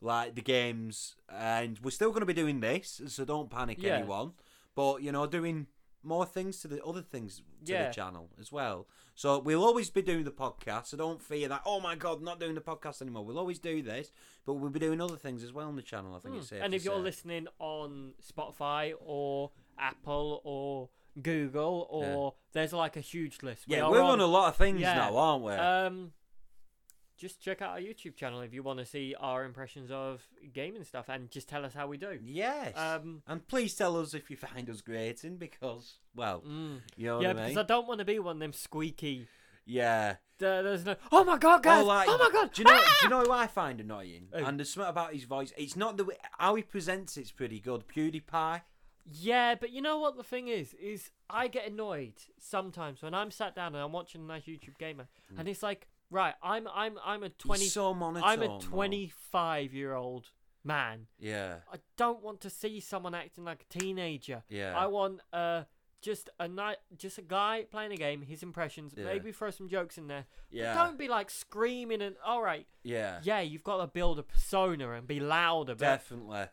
Speaker 1: like the games, and we're still going to be doing this, so don't panic,
Speaker 2: Yeah.
Speaker 1: anyone. But you know, doing more things to the other things to
Speaker 2: Yeah.
Speaker 1: the channel as well. So we'll always be doing the podcast. So don't fear that. Oh my god, not doing the podcast anymore. We'll always do this, but we'll be doing other things as well on the channel. I think it's safe.
Speaker 2: Hmm. And
Speaker 1: to
Speaker 2: if you're
Speaker 1: say.
Speaker 2: listening on Spotify or Apple or Google or there's like a huge list. We
Speaker 1: yeah,
Speaker 2: are
Speaker 1: we're on a lot of things
Speaker 2: Yeah.
Speaker 1: now, aren't we?
Speaker 2: Um, just check out our YouTube channel if you want to see our impressions of gaming stuff, and just tell us how we do.
Speaker 1: yes.
Speaker 2: Um,
Speaker 1: and please tell us if you find us grating because, well,
Speaker 2: mm.
Speaker 1: you know what
Speaker 2: yeah,
Speaker 1: I
Speaker 2: because
Speaker 1: mean.
Speaker 2: I don't want to be one of them squeaky.
Speaker 1: Yeah.
Speaker 2: There, there's no. Oh my god, guys!
Speaker 1: Or
Speaker 2: Oh,
Speaker 1: like,
Speaker 2: my god!
Speaker 1: Do you know?
Speaker 2: Ah!"
Speaker 1: Do you know who I find annoying?
Speaker 2: Who?
Speaker 1: And the smut about his voice. It's not the way, how he presents. It's pretty good. PewDiePie.
Speaker 2: Yeah, but you know what the thing is? Is I get annoyed sometimes when I'm sat down and I'm watching a nice YouTube gamer,
Speaker 1: Hmm.
Speaker 2: and it's like, right, I'm I'm I'm a twenty,
Speaker 1: He's so monotone.
Speaker 2: I'm a
Speaker 1: though.
Speaker 2: twenty-five year old man.
Speaker 1: Yeah.
Speaker 2: I don't want to see someone acting like a teenager.
Speaker 1: Yeah.
Speaker 2: I want uh just a night, just a guy playing a game, his impressions,
Speaker 1: Yeah.
Speaker 2: maybe throw some jokes in there.
Speaker 1: Yeah.
Speaker 2: But don't be like screaming and all right,
Speaker 1: Yeah.
Speaker 2: yeah, you've got to build a persona and be louder, but
Speaker 1: Definitely.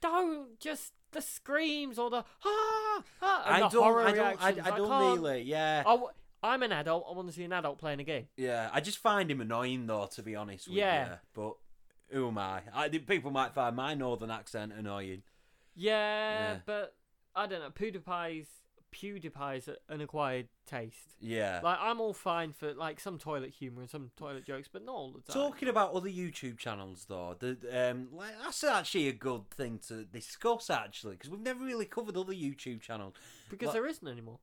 Speaker 2: don't just the screams or the ah, ah and
Speaker 1: I
Speaker 2: the
Speaker 1: don't,
Speaker 2: horror
Speaker 1: I don't, I,
Speaker 2: reactions.
Speaker 1: I don't
Speaker 2: can't. Oh.
Speaker 1: really. uh, Yeah,
Speaker 2: I w- I'm an adult. I want to see an adult playing a game.
Speaker 1: yeah. I just find him annoying, though, to be honest with
Speaker 2: Yeah.
Speaker 1: you. But who am I? I think people might find my northern accent annoying.
Speaker 2: Yeah,
Speaker 1: Yeah.
Speaker 2: but I don't know. PewDiePie's PewDiePie's a- an acquired taste.
Speaker 1: Yeah.
Speaker 2: Like I'm all fine for like some toilet humor and some toilet jokes, but not all the time.
Speaker 1: Talking about other YouTube channels, though, the, um, like, that's actually a good thing to discuss, actually, because we've never really covered other YouTube channels.
Speaker 2: because
Speaker 1: like-
Speaker 2: there isn't anymore.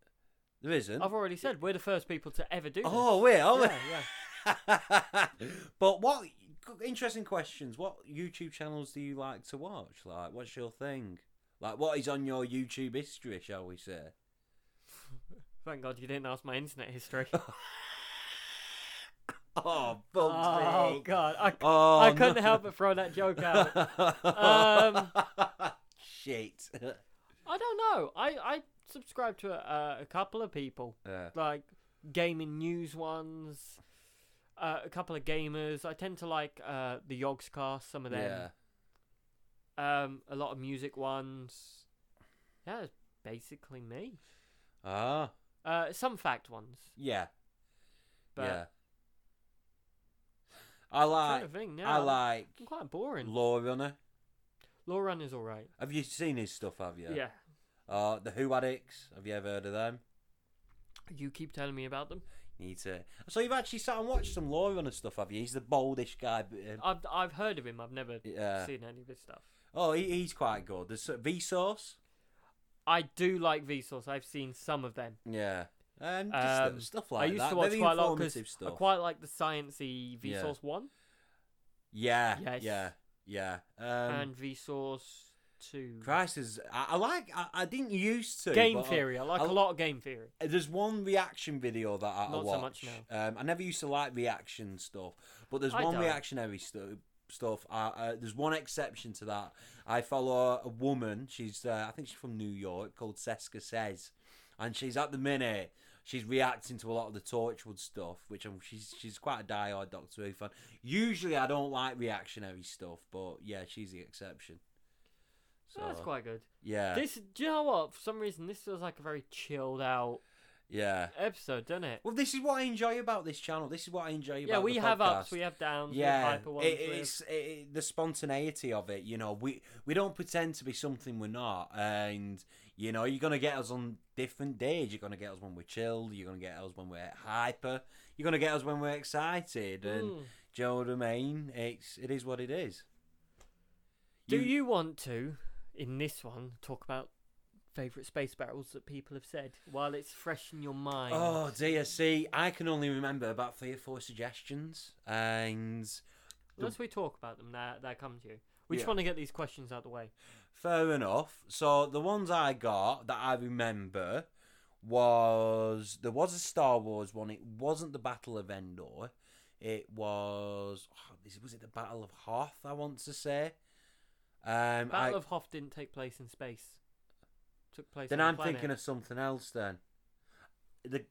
Speaker 1: There isn't.
Speaker 2: I've already said we're the first people to ever do.
Speaker 1: Oh, wait,
Speaker 2: this.
Speaker 1: are we?
Speaker 2: yeah, yeah.
Speaker 1: but what interesting questions? What YouTube channels do you like to watch? Like, what's your thing? Like, what is on your YouTube history, shall we say?
Speaker 2: Thank God you didn't ask my internet history.
Speaker 1: Oh,
Speaker 2: oh
Speaker 1: Bugsy.
Speaker 2: God, I,
Speaker 1: Oh,
Speaker 2: I couldn't
Speaker 1: no.
Speaker 2: help but throw that joke out. Um,
Speaker 1: Shit. Uh,
Speaker 2: I don't know. I I subscribe to a, a couple of people,
Speaker 1: Yeah.
Speaker 2: like gaming news ones, uh, a couple of gamers. I tend to like uh, the Yogscast, some of
Speaker 1: yeah.
Speaker 2: them. Um, a lot of music ones. Yeah, that's basically me.
Speaker 1: Ah.
Speaker 2: Uh, some fact ones,
Speaker 1: Yeah.
Speaker 2: but
Speaker 1: yeah. I
Speaker 2: trying
Speaker 1: like.
Speaker 2: to think,
Speaker 1: I
Speaker 2: now, I'm-
Speaker 1: like
Speaker 2: I'm quite boring.
Speaker 1: Law Runner.
Speaker 2: Law Run is all right.
Speaker 1: Have you seen his stuff? Have you?
Speaker 2: Yeah.
Speaker 1: Uh, the Who Addicts. Have you ever heard of them?
Speaker 2: You keep telling me about them.
Speaker 1: Need to. So you've actually sat and watched some Law Runner stuff, have you? He's the boldish guy. but, um,
Speaker 2: I've I've heard of him. I've never
Speaker 1: Yeah.
Speaker 2: seen any of his stuff.
Speaker 1: Oh, he, he's quite good. There's uh, Vsauce.
Speaker 2: I do like Vsauce. I've seen some of them.
Speaker 1: Yeah. And just uh,
Speaker 2: Um,
Speaker 1: stuff like
Speaker 2: I used
Speaker 1: that.
Speaker 2: to watch
Speaker 1: Very
Speaker 2: quite a lot
Speaker 1: informative
Speaker 2: because I
Speaker 1: stuff.
Speaker 2: quite like the sciencey
Speaker 1: Yeah.
Speaker 2: Vsauce one
Speaker 1: Yeah.
Speaker 2: Yes.
Speaker 1: Yeah. Yeah. Um,
Speaker 2: and Vsauce two.
Speaker 1: Christ is. I, I like. I, I didn't used to.
Speaker 2: Game
Speaker 1: but I-
Speaker 2: theory. I like
Speaker 1: I-
Speaker 2: a lot of game theory.
Speaker 1: There's one reaction video that I, I
Speaker 2: Not so
Speaker 1: watch.
Speaker 2: much
Speaker 1: Um, I never used to like reaction stuff, but there's
Speaker 2: I
Speaker 1: one
Speaker 2: don't.
Speaker 1: reactionary stu- stuff. I, uh, there's one exception to that. I follow a woman. She's uh, I think she's from New York, called Seska Says, and she's at the minute. She's reacting to a lot of the Torchwood stuff, which I'm, she's she's quite a diehard Doctor Who fan. Usually, I don't like reactionary stuff, but yeah, she's the exception. So uh,
Speaker 2: That's quite good.
Speaker 1: yeah,
Speaker 2: This, do you know what? For some reason, this feels like a very chilled out
Speaker 1: yeah.
Speaker 2: episode, doesn't it?
Speaker 1: Well, this is what I enjoy about this channel. This is what I enjoy about.
Speaker 2: Yeah, we
Speaker 1: the
Speaker 2: have
Speaker 1: podcast.
Speaker 2: ups, we have downs, we have
Speaker 1: yeah,
Speaker 2: hyper ones.
Speaker 1: it,
Speaker 2: we have-
Speaker 1: it's it, it- the spontaneity of it. You know, we we don't pretend to be something we're not, and you know, you're gonna get us on different days. You're gonna get us when we're chilled. You're gonna get us when we're hyper. You're gonna get us when we're excited. And
Speaker 2: Mm.
Speaker 1: do you know what I mean? It's it is what it is.
Speaker 2: Do you want to, in this one, talk about favourite space battles that people have said while it's fresh in your mind?
Speaker 1: Oh dear, see, I can only remember about three or four suggestions, and
Speaker 2: Once we talk about them, that that come to you. We
Speaker 1: Yeah.
Speaker 2: just want to get these questions out of the way.
Speaker 1: Fair enough. So the ones I got that I remember was there was a Star Wars one. It wasn't the Battle of Endor. It was oh, is- was it the Battle of Hoth? I want to say. Um, I-
Speaker 2: Battle of Hoth didn't take place in space. Took place.
Speaker 1: then
Speaker 2: on a
Speaker 1: I'm
Speaker 2: planet.
Speaker 1: thinking of something else. Then the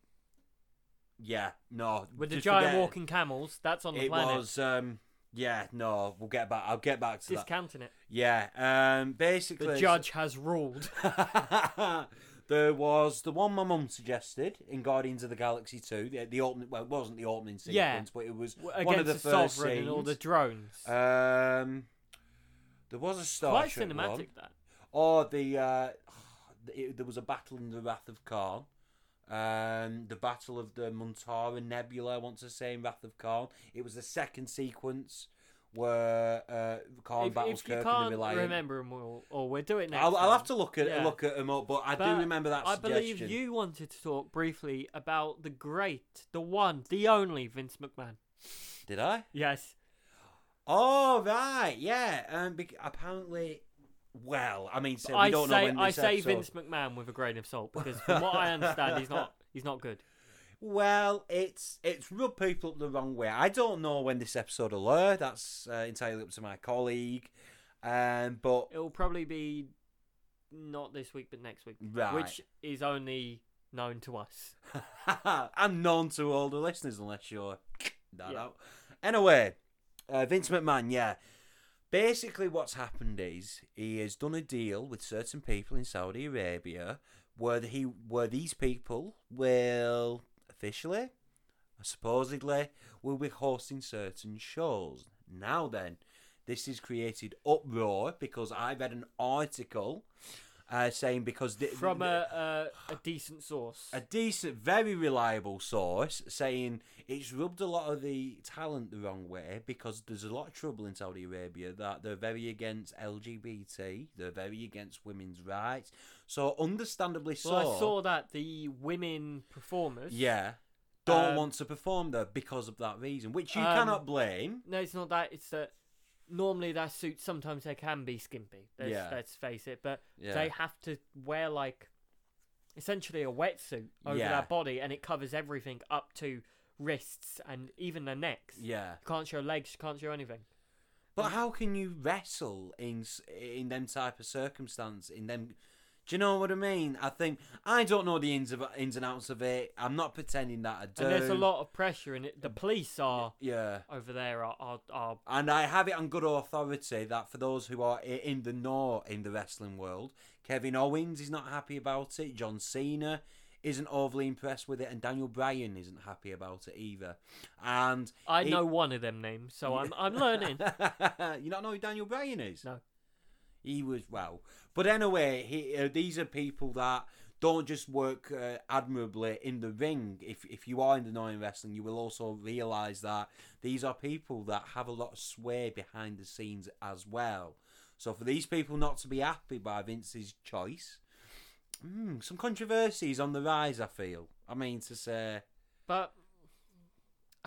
Speaker 1: yeah no
Speaker 2: with the
Speaker 1: just
Speaker 2: giant
Speaker 1: forget it.
Speaker 2: walking camels. That's on the
Speaker 1: It
Speaker 2: planet.
Speaker 1: was um yeah no we'll get back I'll get back to that
Speaker 2: Discounting it.
Speaker 1: yeah um basically
Speaker 2: The judge has ruled.
Speaker 1: there was the one my mum suggested in Guardians of the Galaxy 2, the, the opening, well, it wasn't the opening sequence,
Speaker 2: Yeah.
Speaker 1: but it was
Speaker 2: Against
Speaker 1: one of the,
Speaker 2: sovereign
Speaker 1: first scenes.
Speaker 2: and all the drones.
Speaker 1: Um, there was a Star
Speaker 2: Quite
Speaker 1: Trek
Speaker 2: cinematic.
Speaker 1: one.
Speaker 2: That.
Speaker 1: Or the, uh, it, there was a battle in the Wrath of Khan. Um, the Battle of the Montara Nebula, I want to say, in Wrath of Khan. It was the second sequence where uh, Khan
Speaker 2: If,
Speaker 1: battles
Speaker 2: if you
Speaker 1: Kirk and the
Speaker 2: can't
Speaker 1: Reliant.
Speaker 2: remember them, we'll, or we'll do it next.
Speaker 1: I'll, I'll
Speaker 2: time.
Speaker 1: have to look at
Speaker 2: Yeah.
Speaker 1: look at them up, but I
Speaker 2: But
Speaker 1: do remember that
Speaker 2: I
Speaker 1: suggestion.
Speaker 2: believe you wanted to talk briefly about the great, the one, the only Vince McMahon.
Speaker 1: Did I?
Speaker 2: Yes.
Speaker 1: Oh right, yeah. Um, bec- apparently, well, I mean, so we
Speaker 2: I
Speaker 1: don't know
Speaker 2: say
Speaker 1: when
Speaker 2: I
Speaker 1: this
Speaker 2: say
Speaker 1: episode-
Speaker 2: Vince McMahon with a grain of salt because from what I understand he's not he's not good.
Speaker 1: Well, it's it's rubbed people up the wrong way. I don't know when this episode will air. That's uh, entirely up to my colleague. Um, but
Speaker 2: It'll probably be not this week but next week.
Speaker 1: Right.
Speaker 2: Which is only known to us.
Speaker 1: I'm known to older listeners unless you're that
Speaker 2: Yeah.
Speaker 1: out. Anyway, uh, Vince McMahon, yeah. Basically, what's happened is he has done a deal with certain people in Saudi Arabia where he where these people will officially, supposedly, will be hosting certain shows. Now then, this has created uproar because I read an article uh, saying because the,
Speaker 2: From uh, a a, a decent source.
Speaker 1: a decent, very reliable source saying it's rubbed a lot of the talent the wrong way because there's a lot of trouble in Saudi Arabia that they're very against LGBT, they're very against women's rights. So, understandably so,
Speaker 2: well, I saw that the women performers.
Speaker 1: yeah, don't
Speaker 2: Um,
Speaker 1: want to perform there because of that reason, which you
Speaker 2: Um,
Speaker 1: cannot blame.
Speaker 2: No, it's not that. It's that normally their suits sometimes they can be skimpy. Let's,
Speaker 1: Yeah.
Speaker 2: let's face it, but
Speaker 1: Yeah.
Speaker 2: they have to wear like essentially a wetsuit over
Speaker 1: Yeah.
Speaker 2: their body, and it covers everything up to wrists and even their necks.
Speaker 1: Yeah,
Speaker 2: You can't show legs. You can't show anything.
Speaker 1: but how can you wrestle in s- in them type of circumstance? In them, do you know what I mean? I think I don't know the ins of ins and outs of it. I'm not pretending that I do.
Speaker 2: And there's a lot of pressure, and it, the police are
Speaker 1: Yeah.
Speaker 2: over there are are, are
Speaker 1: And I have it on good authority that for those who are i- in the know in the wrestling world, Kevin Owens is not happy about it. John Cena isn't overly impressed with it, and Daniel Bryan isn't happy about it either. And
Speaker 2: I
Speaker 1: it-
Speaker 2: know one of them names, so I'm I'm learning.
Speaker 1: you not know who Daniel Bryan is?
Speaker 2: No.
Speaker 1: He was well, but anyway, he, uh, these are people that don't just work uh, admirably in the ring. If if you are in the know in wrestling, you will also realise that these are people that have a lot of sway behind the scenes as well. So for these people not to be happy by Vince's choice, mm, some controversy is on the rise. I feel. I mean to say,
Speaker 2: But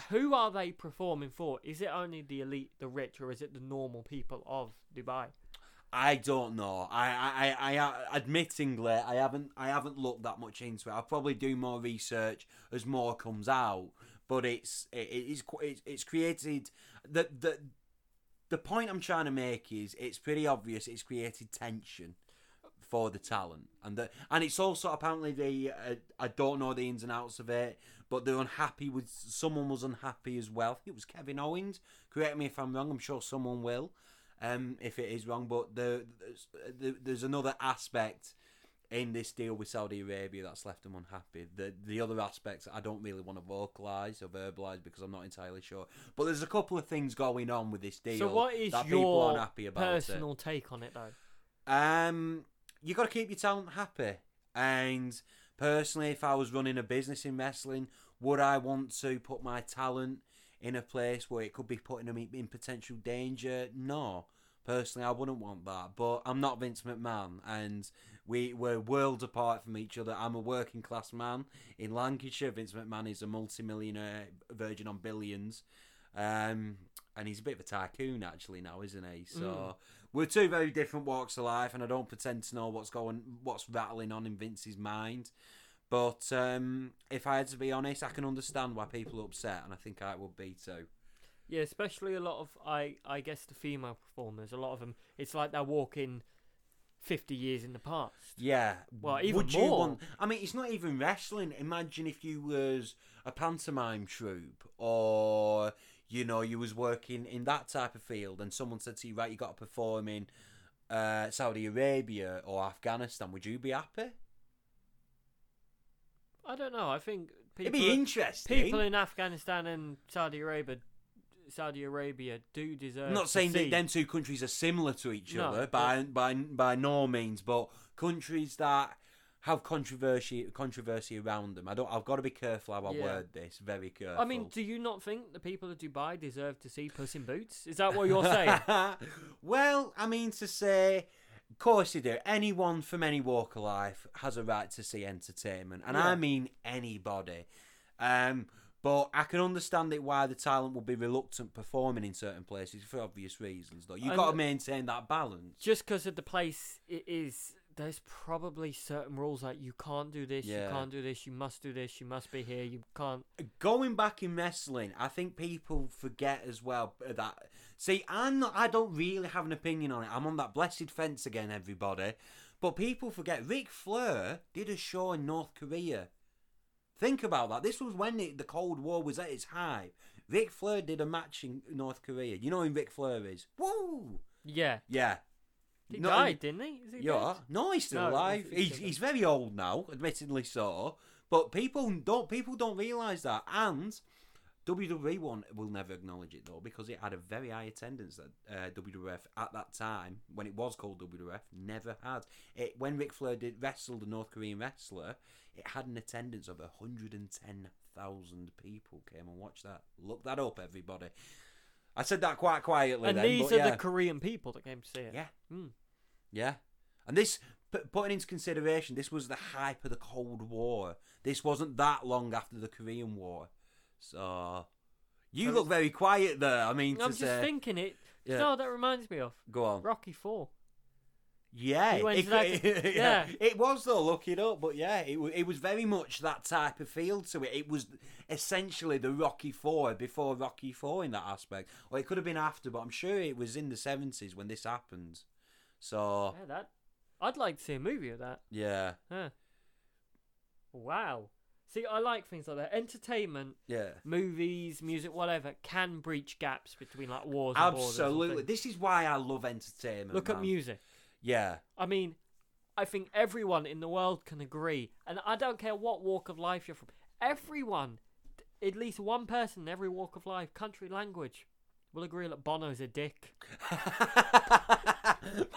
Speaker 2: who are they performing for? Is it only the elite, the rich, or is it the normal people of Dubai?
Speaker 1: I don't know. I, I, I, I admittingly, I haven't, I haven't looked that much into it. I'll probably do more research as more comes out. But it's, it, it is, qu- it's, it's created. The, the, the point I'm trying to make is, it's pretty obvious. It's created tension for the talent, and the, and it's also apparently the, uh, I don't know the ins and outs of it, but they're unhappy with someone was unhappy as well. I think it was Kevin Owens. Correct me if I'm wrong. I'm sure someone will, um, if it is wrong. But the, the, there's another aspect in this deal with Saudi Arabia that's left them unhappy. The the other aspects I don't really want to vocalise or verbalise because I'm not entirely sure. But there's a couple of things going on with this deal.
Speaker 2: So what is
Speaker 1: that people
Speaker 2: your
Speaker 1: aren't happy about it.
Speaker 2: personal take on it though?
Speaker 1: Um, you got to keep your talent happy. And personally, if I was running a business in wrestling, would I want to put my talent in a place where it could be putting them in, in potential danger? No. Personally, I wouldn't want that. But I'm not Vince McMahon, and we we're worlds apart from each other. I'm a working class man in Lancashire. Vince McMahon is a multimillionaire, virgin on billions. Um, and he's a bit of a tycoon actually now, isn't he? So we're two very different walks of life, and I don't pretend to know what's going, what's rattling on in Vince's mind. But um, if I had to be honest, I can understand why people are upset, and I think I would be too.
Speaker 2: Yeah, especially a lot of I I guess the female performers, a lot of them, it's like they're walking fifty years in the past.
Speaker 1: Yeah.
Speaker 2: Well, even
Speaker 1: Would you
Speaker 2: more.
Speaker 1: want? I mean, it's not even wrestling. Imagine if you was a pantomime troupe, or you know, you was working in that type of field, and someone said to you, "Right, you got to perform in uh, Saudi Arabia or Afghanistan." Would you be happy?
Speaker 2: I don't know. I think people
Speaker 1: It'd be
Speaker 2: are-
Speaker 1: interesting.
Speaker 2: people in Afghanistan and Saudi Arabia, Saudi Arabia do deserve.
Speaker 1: I'm not
Speaker 2: to
Speaker 1: saying
Speaker 2: see.
Speaker 1: that them two countries are similar to each
Speaker 2: uh, No,
Speaker 1: other
Speaker 2: but-
Speaker 1: by by by no means, but countries that have controversy controversy around them. I don't. I've got to be careful how I
Speaker 2: Yeah.
Speaker 1: word this. Very careful.
Speaker 2: I mean, do you not think the people of Dubai deserve to see Puss in Boots? Is that what you're saying?
Speaker 1: well, I mean to say, of course you do. Anyone from any walk of life has a right to see entertainment, and I
Speaker 2: Yeah.
Speaker 1: mean anybody. Um, but I can understand it why the talent will be reluctant performing in certain places for obvious reasons. Though you
Speaker 2: And-
Speaker 1: got to maintain that balance.
Speaker 2: Just because of the place it is, there's probably certain rules like you can't do this,
Speaker 1: Yeah.
Speaker 2: you can't do this, you must do this, you must be here, you can't.
Speaker 1: Going back in wrestling, I think people forget as well that. See, I'm not. I don't really have an opinion on it. I'm on that blessed fence again, everybody. But people forget Ric Flair did a show in North Korea. Think about that. This was when it, the Cold War was at its high. Ric Flair did a match in North Korea. You know who Ric Flair is? Woo!
Speaker 2: Yeah,
Speaker 1: Yeah.
Speaker 2: he
Speaker 1: Not-
Speaker 2: died, didn't he? Is he
Speaker 1: yeah.
Speaker 2: dead?
Speaker 1: No, he's still
Speaker 2: No,
Speaker 1: alive.
Speaker 2: he's- he's
Speaker 1: He's,
Speaker 2: still
Speaker 1: he's, very old now, admittedly so. But people don't people don't realise that. And WWE one will never acknowledge it though because it had a very high attendance that uh, WWF at that time when it was called WWF never had. It when Ric Flair did wrestled a North Korean wrestler, it had an attendance of hundred and ten thousand people came and watched that. Look that up, everybody. I said that quite quietly.
Speaker 2: And
Speaker 1: then,
Speaker 2: these
Speaker 1: but
Speaker 2: are
Speaker 1: yeah.
Speaker 2: the Korean people that came to see it.
Speaker 1: Yeah.
Speaker 2: Mm.
Speaker 1: Yeah. And this, p- putting into consideration, this was the hype of the Cold War. This wasn't that long after the Korean War. So, you
Speaker 2: So
Speaker 1: look very quiet there. I mean, to
Speaker 2: I'm just
Speaker 1: say,
Speaker 2: thinking it.
Speaker 1: uh, Yeah. Oh.
Speaker 2: No, that reminds me of
Speaker 1: go on.
Speaker 2: Rocky Four.
Speaker 1: Yeah,
Speaker 2: You went
Speaker 1: it,
Speaker 2: to that-
Speaker 1: it- yeah.
Speaker 2: yeah.
Speaker 1: it was though. Look it up, but yeah, it, wa- it was very much that type of feel to it. It was essentially the Rocky Four before Rocky Four in that aspect, or it could have been after, but I'm sure it was in the seventies when this happened. So
Speaker 2: Yeah, that. I'd like to see a movie of that.
Speaker 1: yeah,
Speaker 2: Huh. Wow. See, I like things like that. Entertainment,
Speaker 1: yeah.
Speaker 2: movies, music, whatever, can breach gaps between like wars. and borders and
Speaker 1: Absolutely.
Speaker 2: things.
Speaker 1: This is why I love entertainment.
Speaker 2: Look at
Speaker 1: man.
Speaker 2: music.
Speaker 1: Yeah.
Speaker 2: I mean, I think everyone in the world can agree, and I don't care what walk of life you're from. Everyone, t- at least one person in every walk of life, country, language, will agree that Bono's a dick.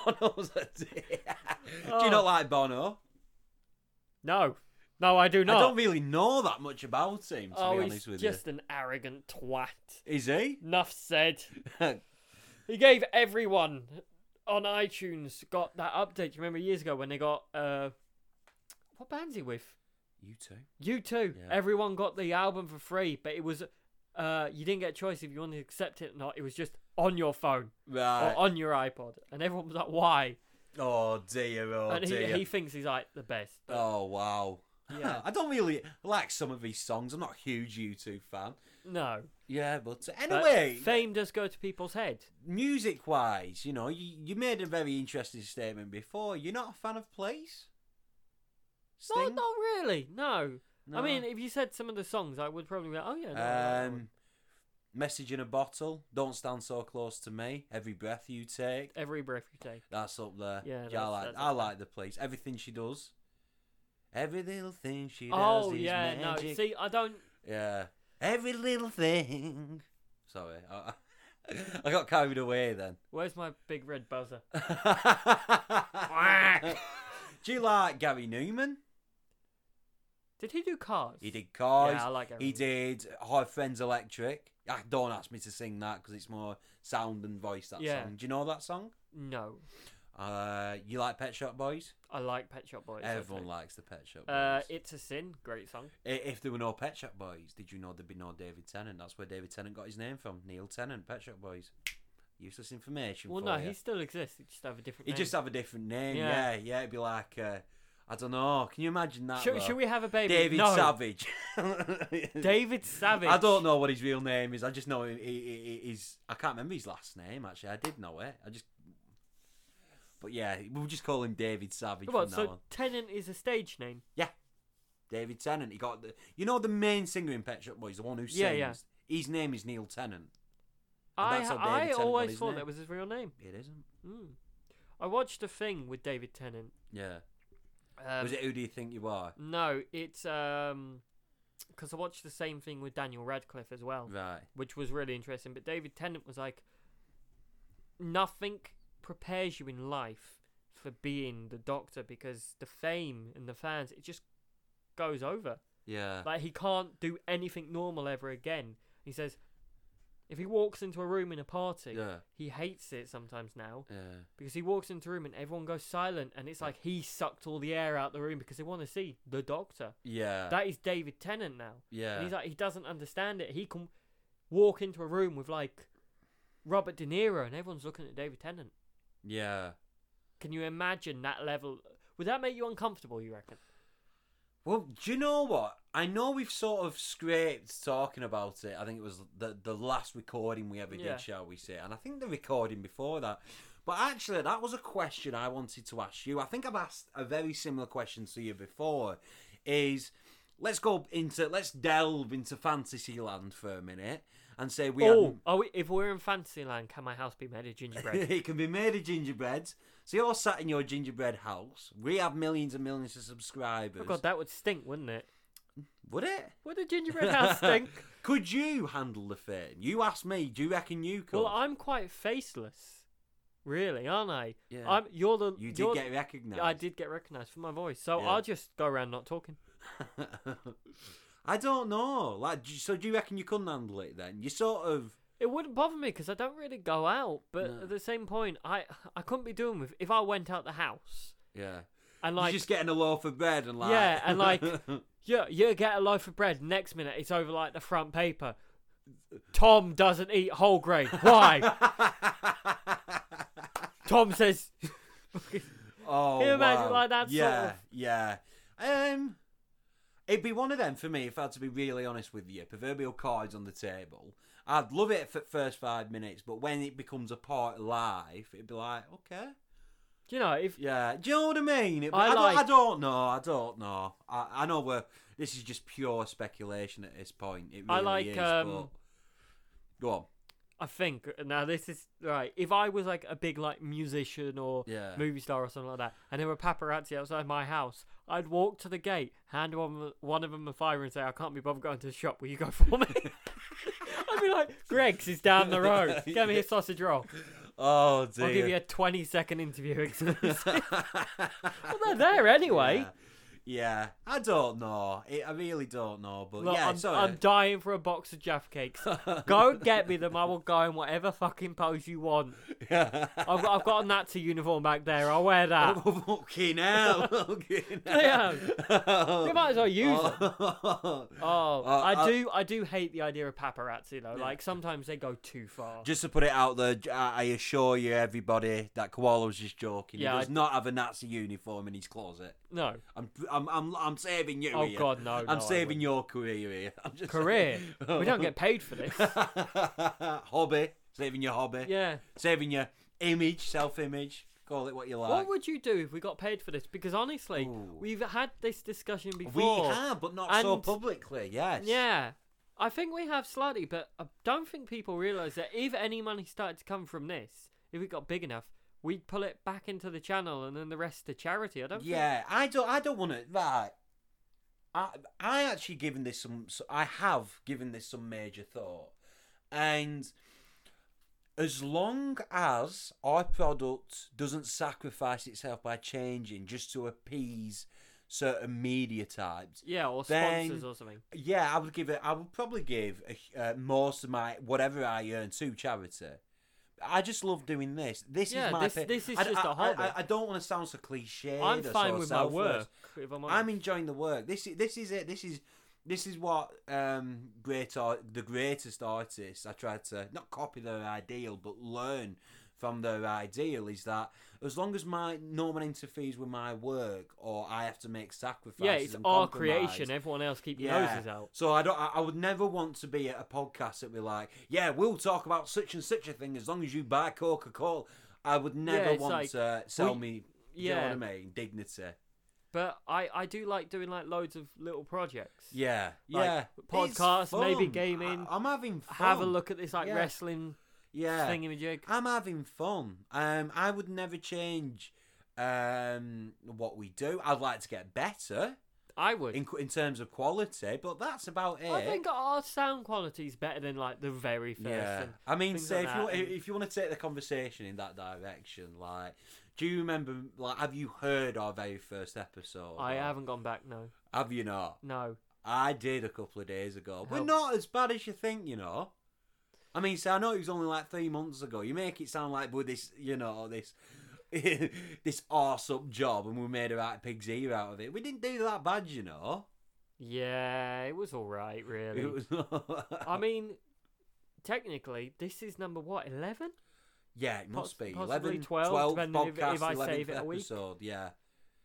Speaker 1: Bono's a dick. Do
Speaker 2: Oh.
Speaker 1: you not like Bono?
Speaker 2: No, no, I do not.
Speaker 1: I don't really know that much about him, to
Speaker 2: oh,
Speaker 1: be
Speaker 2: he's
Speaker 1: honest with
Speaker 2: just an arrogant twat.
Speaker 1: you. Is he?
Speaker 2: Enough said. He gave everyone on iTunes got that update. You remember years ago when they got uh, what band's he with?
Speaker 1: you too.
Speaker 2: You too.
Speaker 1: Yeah.
Speaker 2: Everyone got the album for free, but it was uh, you didn't get a choice if you wanted to accept it or not. It was just on your phone
Speaker 1: Right.
Speaker 2: or on your iPod, and everyone was like, "Why?"
Speaker 1: Oh dear, oh
Speaker 2: and he,
Speaker 1: dear.
Speaker 2: he thinks he's like the best. but-
Speaker 1: Oh wow.
Speaker 2: Yeah.
Speaker 1: I don't really like some of these songs. I'm not a huge U2 fan.
Speaker 2: No.
Speaker 1: Yeah, but
Speaker 2: But uh,
Speaker 1: anyway,
Speaker 2: fame does go to people's head.
Speaker 1: music-wise, you know, you, you made a very interesting statement before. You're not a fan of Place?
Speaker 2: No,
Speaker 1: Sting?
Speaker 2: not really. No. I
Speaker 1: No.
Speaker 2: mean, if you said some of the songs, I would probably be like, "Oh yeah." No, I like that one."
Speaker 1: um, message in a bottle. Don't stand so close to me. Every breath you take.
Speaker 2: Every breath you take.
Speaker 1: That's up there.
Speaker 2: Yeah,
Speaker 1: I
Speaker 2: that's-
Speaker 1: like.
Speaker 2: that's up
Speaker 1: I
Speaker 2: there.
Speaker 1: like the place. Everything she does. Every little thing she does.
Speaker 2: oh
Speaker 1: is
Speaker 2: yeah. No.
Speaker 1: magic.
Speaker 2: See, I don't.
Speaker 1: Yeah. Every little thing. Sorry, I, I got carried away then.
Speaker 2: Where's my big red buzzer?
Speaker 1: Do you like Gary Newman?
Speaker 2: Did he do cars?
Speaker 1: He did Cars.
Speaker 2: Yeah, I like
Speaker 1: he
Speaker 2: everything.
Speaker 1: did High Friends Electric. Ah, don't ask me to sing that because it's more sound and voice. That
Speaker 2: Yeah.
Speaker 1: song. Do you know that song?
Speaker 2: No,
Speaker 1: Uh, you like Pet Shop Boys?
Speaker 2: I like Pet Shop Boys. I
Speaker 1: Everyone
Speaker 2: think.
Speaker 1: likes the Pet Shop Boys.
Speaker 2: Uh, it's a sin. Great song.
Speaker 1: I- if there were no Pet Shop Boys, did you know there'd be no David Tennant? That's where David Tennant got his name from. Neil Tennant, Pet Shop Boys. Useless information.
Speaker 2: Well,
Speaker 1: for
Speaker 2: no,
Speaker 1: you.
Speaker 2: he still exists. He just have a different.
Speaker 1: He'd
Speaker 2: name.
Speaker 1: just have a different name. Yeah,
Speaker 2: Yeah.
Speaker 1: yeah. It'd be like, uh, I don't know. Can you imagine that?
Speaker 2: Should,
Speaker 1: though?
Speaker 2: should we have a baby?
Speaker 1: David
Speaker 2: no.
Speaker 1: Savage.
Speaker 2: David Savage.
Speaker 1: I don't know what his real name is. I just know he, he, he- he's. I can't remember his last name. Actually, I did know it. I just. But yeah, we'll just call him David Savage
Speaker 2: Come on,
Speaker 1: from now
Speaker 2: so
Speaker 1: on.
Speaker 2: Tennant is a stage name.
Speaker 1: David Tennant. He got the. You know the main singer in Pet Shop Boys, the one who sings.
Speaker 2: Yeah, yeah.
Speaker 1: His name is Neil Tennant. And
Speaker 2: I
Speaker 1: that's how David
Speaker 2: I
Speaker 1: Tennant got
Speaker 2: always
Speaker 1: his
Speaker 2: thought
Speaker 1: name.
Speaker 2: that was his real name.
Speaker 1: It isn't.
Speaker 2: Mm. I watched a thing with David Tennant.
Speaker 1: Yeah.
Speaker 2: Um,
Speaker 1: Was it Who Do You Think You Are?
Speaker 2: No, it's um, because I watched the same thing with Daniel Radcliffe as well,
Speaker 1: Right.
Speaker 2: which was really interesting. But David Tennant was like, nothing prepares you in life for being the Doctor because the fame and the fans, it just goes over.
Speaker 1: Yeah.
Speaker 2: Like he can't do anything normal ever again. He says, if he walks into a room in a party,
Speaker 1: Yeah.
Speaker 2: he hates it sometimes now
Speaker 1: Yeah.
Speaker 2: because he walks into a room and everyone goes silent, and it's like he sucked all the air out the room because they want to see the Doctor.
Speaker 1: Yeah.
Speaker 2: That is David Tennant now. And
Speaker 1: yeah.
Speaker 2: he's like, he doesn't understand it. He can walk into a room with like Robert De Niro, and everyone's looking at David Tennant.
Speaker 1: yeah.
Speaker 2: Can you imagine that level? Would that make you uncomfortable? You reckon?
Speaker 1: Well, do you know what? I know we've sort of scraped talking about it. I think it was the the last recording we ever
Speaker 2: Yeah.
Speaker 1: did, shall we say? And I think the recording before that. But actually, that was a question I wanted to ask you. I think I've asked a very similar question to you before. Is let's go into let's delve into Fantasyland for a minute and say we
Speaker 2: oh, are we, if we're in Fantasyland, can my house be made of gingerbread?
Speaker 1: it can be made of gingerbreads. So you're sat in your gingerbread house. We have millions and millions of subscribers.
Speaker 2: oh God, that would stink, wouldn't it?
Speaker 1: Would it?
Speaker 2: Would a gingerbread house stink?
Speaker 1: Could you handle the fame? You asked me. Do you reckon you could?
Speaker 2: well, I'm quite faceless, really, aren't I?
Speaker 1: Yeah.
Speaker 2: I'm. You're the.
Speaker 1: you did
Speaker 2: you're-
Speaker 1: get recognised.
Speaker 2: I did get recognised for my voice, so
Speaker 1: Yeah.
Speaker 2: I'll just go around not talking.
Speaker 1: I don't know. Like, do- so do you reckon you couldn't handle it then? You sort of.
Speaker 2: It wouldn't bother me because I don't really go out. But
Speaker 1: No.
Speaker 2: at the same point, I I couldn't be doing with if I went out the house
Speaker 1: Yeah.
Speaker 2: and like
Speaker 1: You're just getting a loaf of bread and like.
Speaker 2: Yeah, and like- yeah you get a loaf of bread. Next minute, it's over like the front paper. Tom doesn't eat whole grain. Why? Tom says.
Speaker 1: oh.
Speaker 2: Can you imagine,
Speaker 1: wow.
Speaker 2: like, that sort
Speaker 1: Yeah.
Speaker 2: of-
Speaker 1: Yeah. Um. It'd be one of them for me if I had to be really honest with you. Proverbial cards on the table. I'd love it for the first five minutes, but when it becomes a part of life, it'd be like, okay.
Speaker 2: you know, if
Speaker 1: Yeah, do you know what I mean? It,
Speaker 2: I
Speaker 1: I,
Speaker 2: like-
Speaker 1: don't, I don't know. I don't know. I, I know we're. This is just pure speculation at this point. It really
Speaker 2: I like,
Speaker 1: is.
Speaker 2: um,
Speaker 1: but... Go on.
Speaker 2: I think now this is right. If I was like a big like musician or
Speaker 1: Yeah.
Speaker 2: movie star or something like that, and there were paparazzi outside my house, I'd walk to the gate, hand one one of them a fire, and say, "I can't be bothered going to the shop. Will you go for me?" I'd be like, "Greg's is down the road. Get me a sausage roll.
Speaker 1: Oh dear.
Speaker 2: I'll give you a twenty second interview." exclusive."
Speaker 1: well,
Speaker 2: they're there anyway.
Speaker 1: Yeah. Yeah, I don't know. I I really don't know, but
Speaker 2: Look,
Speaker 1: yeah, uh,
Speaker 2: I'm,
Speaker 1: sorry.
Speaker 2: I'm dying for a box of Jaffa Cakes. go and get me them. I will go in whatever fucking pose you want. I've got, I've got a Nazi uniform back there. I'll wear that.
Speaker 1: Oh, fucking hell! fucking
Speaker 2: Yeah.
Speaker 1: hell.
Speaker 2: We might as well use it.
Speaker 1: Oh.
Speaker 2: Oh,
Speaker 1: Uh,
Speaker 2: I
Speaker 1: uh,
Speaker 2: do. I do hate the idea of paparazzi though. Like sometimes they go too far.
Speaker 1: Just to put it out there, j- I I assure you, everybody, that Koala was just joking.
Speaker 2: Yeah,
Speaker 1: he does
Speaker 2: I-
Speaker 1: not have a Nazi uniform in his closet.
Speaker 2: no.
Speaker 1: I'm, I'm, I'm, I'm saving you.
Speaker 2: Oh
Speaker 1: here.
Speaker 2: God, no.
Speaker 1: I'm saving your career here. I'm just
Speaker 2: career. we don't get paid for this.
Speaker 1: hobby, saving your hobby,
Speaker 2: Yeah.
Speaker 1: saving your image, self-image. Call it what you like.
Speaker 2: What would you do if we got paid for this? Because honestly,
Speaker 1: Ooh.
Speaker 2: we've had this discussion
Speaker 1: we
Speaker 2: before.
Speaker 1: have, but not so
Speaker 2: And-
Speaker 1: publicly. Yes.
Speaker 2: Yeah. I think we have slightly, but I don't think people realise that if any money started to come from this, if it got big enough, we'd pull it back into the channel and then the rest to charity. I don't think.
Speaker 1: Yeah, I don't. I don't want to. Right. I I actually given this some. so- I have given this some major thought, and as long as our product doesn't sacrifice itself by changing just to appease certain media types,
Speaker 2: Yeah, or
Speaker 1: Then-
Speaker 2: sponsors or something.
Speaker 1: yeah, I would give it. I would probably give a, hu- uh, most of my whatever I earn to charity. I just love doing this. This
Speaker 2: Yeah,
Speaker 1: is my.
Speaker 2: this-
Speaker 1: pa-
Speaker 2: this is
Speaker 1: I,
Speaker 2: just
Speaker 1: I-
Speaker 2: a hobby.
Speaker 1: I, I don't want to sound so cliche.
Speaker 2: I'm fine with my work. If I'm
Speaker 1: I'm
Speaker 2: honest.
Speaker 1: enjoying the work. This is this is it. This is this is what um, great art, the greatest artists. I tried to not copy their ideal, but learn from their ideal. Is that as long as my no one interferes with my work, or I have to make sacrifices.
Speaker 2: yeah, it's
Speaker 1: and
Speaker 2: our
Speaker 1: compromise,
Speaker 2: creation. Everyone else keep your
Speaker 1: yeah.
Speaker 2: noses out.
Speaker 1: So I don't. I, I would never want to be at a podcast that be like, yeah, we'll talk about such and such a thing as long as you buy Coca Cola. I would never
Speaker 2: it's
Speaker 1: want
Speaker 2: like,
Speaker 1: to sell
Speaker 2: we-
Speaker 1: me. Yeah. You
Speaker 2: yeah.
Speaker 1: know what I mean? Dignity.
Speaker 2: But I, I do like doing like loads of little projects.
Speaker 1: Yeah,
Speaker 2: Like,
Speaker 1: yeah.
Speaker 2: podcasts,
Speaker 1: It's
Speaker 2: maybe
Speaker 1: fun.
Speaker 2: gaming.
Speaker 1: I, am having fun.
Speaker 2: Have a look at this like
Speaker 1: Yeah.
Speaker 2: wrestling
Speaker 1: Yeah, Ah.
Speaker 2: thingamajig.
Speaker 1: I'm having fun. Um, I would never change um what we do. I'd like to get better
Speaker 2: I would.
Speaker 1: in in terms of quality, but that's about it.
Speaker 2: I think our sound quality's better than like the very first.
Speaker 1: yeah,
Speaker 2: and
Speaker 1: I mean,
Speaker 2: things
Speaker 1: say
Speaker 2: like
Speaker 1: if you
Speaker 2: that,
Speaker 1: if,
Speaker 2: and-
Speaker 1: if you want to take the conversation in that direction, like, do you remember? Like, have you heard our very first episode?
Speaker 2: I
Speaker 1: Or-
Speaker 2: haven't gone back. No,
Speaker 1: Have you not?
Speaker 2: no.
Speaker 1: I did a couple of days ago. We're
Speaker 2: How-
Speaker 1: not as bad as you think, you know. I mean, so I know it was only like three months ago. You make it sound like we're this, you know, this this arse up job, and we made a right pig's ear out of it. We didn't do that bad, you know.
Speaker 2: Yeah, it was all right, really.
Speaker 1: It was.
Speaker 2: I mean, technically, this is number what eleven?
Speaker 1: yeah, it must
Speaker 2: poss-
Speaker 1: be
Speaker 2: possibly
Speaker 1: 11,
Speaker 2: 12,
Speaker 1: 12
Speaker 2: depending if-
Speaker 1: podcast,
Speaker 2: if I
Speaker 1: 11th
Speaker 2: save it a week.
Speaker 1: episode. Yeah,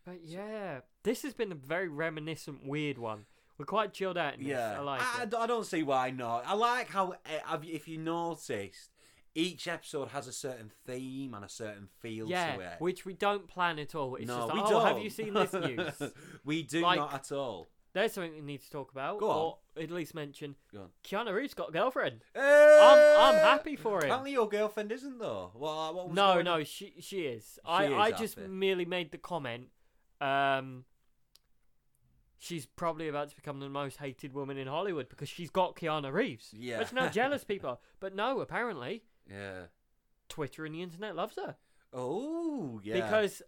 Speaker 2: But yeah, this has been a very reminiscent, weird one. We're quite chilled out. In this.
Speaker 1: yeah. Ah,
Speaker 2: I like
Speaker 1: I,
Speaker 2: it.
Speaker 1: I don't see why not. I like how, eh, have you- if you noticed, each episode has a certain theme and a certain feel
Speaker 2: Yeah,
Speaker 1: to it.
Speaker 2: which we don't plan at all. It's
Speaker 1: no,
Speaker 2: just
Speaker 1: we
Speaker 2: like, oh,
Speaker 1: don't.
Speaker 2: have you seen this news?
Speaker 1: we do
Speaker 2: Like-
Speaker 1: not at all.
Speaker 2: There's something we need to talk about,
Speaker 1: Go on.
Speaker 2: or at least mention.
Speaker 1: Go on.
Speaker 2: Keanu Reeves got a girlfriend.
Speaker 1: I'm,
Speaker 2: I'm happy for him.
Speaker 1: Eh, Apparently, your girlfriend isn't though. Well, what was
Speaker 2: No,
Speaker 1: going
Speaker 2: no,
Speaker 1: on?
Speaker 2: she she is. I
Speaker 1: is
Speaker 2: I just
Speaker 1: happy.
Speaker 2: merely made the comment. Um, she's probably about to become the most hated woman in Hollywood because she's got Keanu Reeves.
Speaker 1: Yeah.
Speaker 2: Imagine how jealous people are. But no, apparently
Speaker 1: Yeah.
Speaker 2: Twitter and the internet loves her
Speaker 1: Oh, yeah.
Speaker 2: because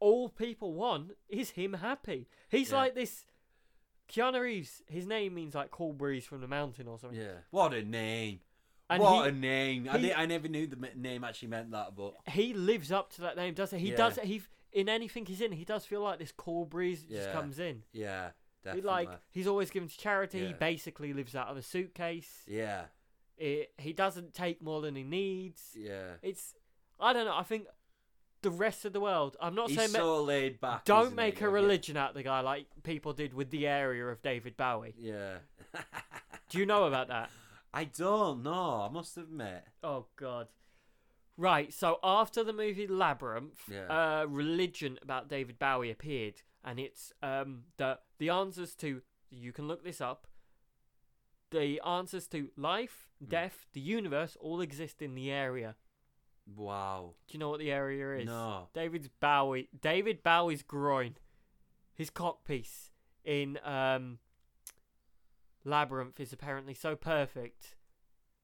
Speaker 2: all people want is him happy. He's
Speaker 1: Yeah.
Speaker 2: like this. Keanu Reeves. His name means like cool breeze from the mountain or something.
Speaker 1: Yeah. What a name.
Speaker 2: And
Speaker 1: what
Speaker 2: he-
Speaker 1: a name. I,
Speaker 2: he-
Speaker 1: di- I never knew the m- name actually meant that, but
Speaker 2: he lives up to that name, doesn't he? He
Speaker 1: Yeah.
Speaker 2: does. He in anything he's in, he does feel like this cool breeze that just
Speaker 1: Yeah.
Speaker 2: comes in.
Speaker 1: yeah,
Speaker 2: He,
Speaker 1: definitely.
Speaker 2: like he's always given to charity. He
Speaker 1: Yeah.
Speaker 2: basically lives out of a suitcase.
Speaker 1: yeah,
Speaker 2: It, he doesn't take more than he needs.
Speaker 1: yeah.
Speaker 2: It's I don't know. I think the rest of the world. I'm not
Speaker 1: He's
Speaker 2: saying ma-
Speaker 1: so laid back.
Speaker 2: don't
Speaker 1: isn't
Speaker 2: make
Speaker 1: he?
Speaker 2: a religion out of the guy like people did with the area of David Bowie.
Speaker 1: Yeah.
Speaker 2: Do you know about that?
Speaker 1: I don't know. I must admit.
Speaker 2: Oh God. Right. So after the movie Labyrinth,
Speaker 1: Yeah.
Speaker 2: uh, religion about David Bowie appeared, and it's um the the answers to you can look this up. The answers to life,
Speaker 1: Hmm.
Speaker 2: death, the universe all exist in the area.
Speaker 1: Wow.
Speaker 2: Do you know what the area is?
Speaker 1: No.
Speaker 2: David's Bowie. David Bowie's groin, his cockpiece in um. Labyrinth is apparently so perfect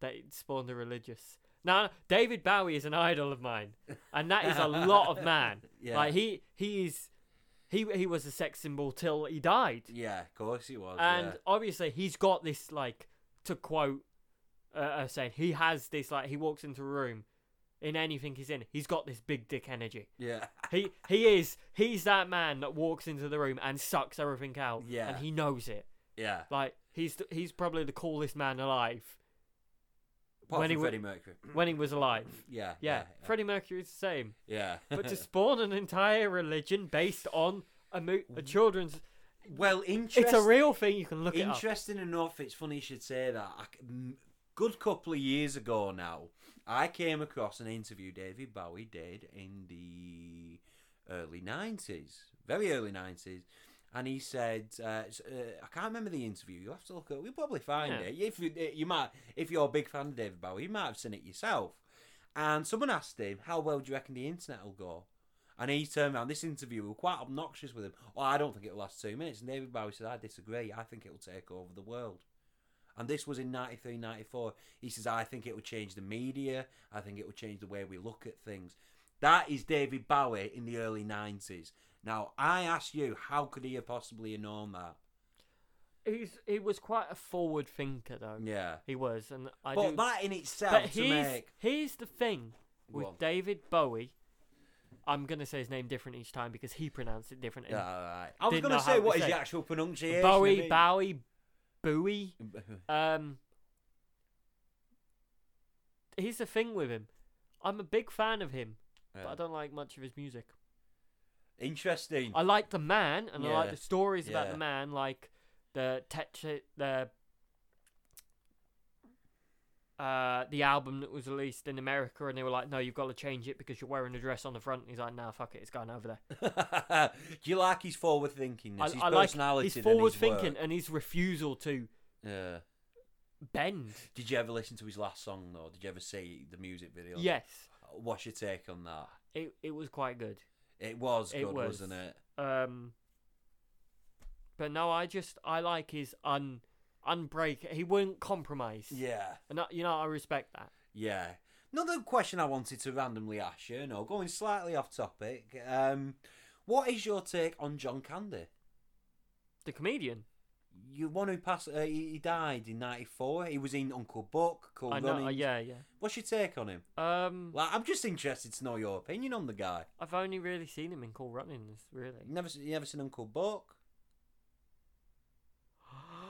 Speaker 2: that it spawned a religious. Now, David Bowie is an idol of mine, and that is a lot of man.
Speaker 1: Yeah.
Speaker 2: Like he, he is, he he was a sex symbol till he died.
Speaker 1: Yeah, of course he was.
Speaker 2: and
Speaker 1: yeah.
Speaker 2: obviously he's got this like to quote uh, uh, saying he has this like he walks into a room in anything he's in he's got this big dick energy
Speaker 1: Yeah.
Speaker 2: he he is he's that man that walks into the room and sucks everything out
Speaker 1: Yeah.
Speaker 2: and he knows it
Speaker 1: Yeah.
Speaker 2: like he's th- he's probably the coolest man alive
Speaker 1: Apart
Speaker 2: when
Speaker 1: when
Speaker 2: he
Speaker 1: from
Speaker 2: wa-
Speaker 1: Freddie Mercury.
Speaker 2: when he was alive
Speaker 1: Yeah.
Speaker 2: yeah,
Speaker 1: Yeah.
Speaker 2: freddie mercury's the same
Speaker 1: yeah.
Speaker 2: but to spawn an entire religion based on a, mo- a children's
Speaker 1: well, interesting.
Speaker 2: it's a real thing you can look it up
Speaker 1: Interesting enough, it's funny you should say that. A c- good couple of years ago now, I came across an interview David Bowie did in the early 90s, very early 90s. And he said, uh, s- uh, I can't remember the interview. You'll have to look at. We'll probably find
Speaker 2: Yeah.
Speaker 1: it. If you, eh, you might, if you're a big fan of David Bowie, you might have seen it yourself. And someone asked him, "How well do you reckon the internet will go?" And he turned around. This interviewer were quite obnoxious with him. Oh, I don't think it'll last two minutes. And David Bowie said, I disagree. I think it'll take over the world. And this was in 93, 94. He says, I think it will change the media. I think it will change the way we look at things. That is David Bowie in the early 90s. Now, I ask you, how could he have possibly known that?
Speaker 2: he's he was quite a forward thinker though
Speaker 1: Yeah.
Speaker 2: He was, and Um, I
Speaker 1: but
Speaker 2: do.
Speaker 1: that in itself
Speaker 2: but
Speaker 1: to
Speaker 2: here's,
Speaker 1: make.
Speaker 2: here's the thing
Speaker 1: Go
Speaker 2: with
Speaker 1: on.
Speaker 2: David Bowie. I'm gonna say his name different each time because he pronounced it differently.
Speaker 1: Yeah, all right. I was
Speaker 2: Didn't
Speaker 1: going
Speaker 2: know
Speaker 1: to
Speaker 2: how
Speaker 1: say,
Speaker 2: to
Speaker 1: what is
Speaker 2: say
Speaker 1: the
Speaker 2: it.
Speaker 1: actual pronunciation? of
Speaker 2: Bowie,
Speaker 1: it?
Speaker 2: Bowie, Bowie. Um, here's the thing with him. I'm a big fan of him, but I
Speaker 1: Yeah.
Speaker 2: don't like much of his music.
Speaker 1: Interesting.
Speaker 2: I like the man, and I like
Speaker 1: Yeah.
Speaker 2: the stories about
Speaker 1: Yeah.
Speaker 2: the man, like the Tetris, the uh, the album that was released in America, and they were like, "No, you've got to change it because you're wearing a dress on the front." And he's like, "No, fuck it, it's going over there."
Speaker 1: Do you like his forward thinking?
Speaker 2: I,
Speaker 1: his
Speaker 2: I like
Speaker 1: personality
Speaker 2: his
Speaker 1: than
Speaker 2: forward
Speaker 1: his
Speaker 2: thinking
Speaker 1: work?
Speaker 2: and his refusal to
Speaker 1: Yeah.
Speaker 2: bend.
Speaker 1: Did you ever listen to his last song though? Did you ever see the music video?
Speaker 2: Yes,
Speaker 1: What's your take on that?
Speaker 2: it it was quite good.
Speaker 1: It was
Speaker 2: It
Speaker 1: good,
Speaker 2: was.
Speaker 1: was. not it?
Speaker 2: Um, but no, I just I like his un unbreak. He wouldn't compromise,
Speaker 1: Yeah.
Speaker 2: and I, you know I respect that.
Speaker 1: Yeah. Another question I wanted to randomly ask you, no, going slightly off topic. Um, what is your take on John Candy?
Speaker 2: The comedian.
Speaker 1: You one who passed, uh, he he died in '94. He was in Uncle Buck, Cool
Speaker 2: I know.
Speaker 1: Runnings.
Speaker 2: Uh, yeah, yeah.
Speaker 1: What's your take on him?
Speaker 2: Um,
Speaker 1: Like, I'm just interested to know your opinion on the guy.
Speaker 2: I've only really seen him in Cool Runnings, really.
Speaker 1: You never, se- you ever seen Uncle Buck?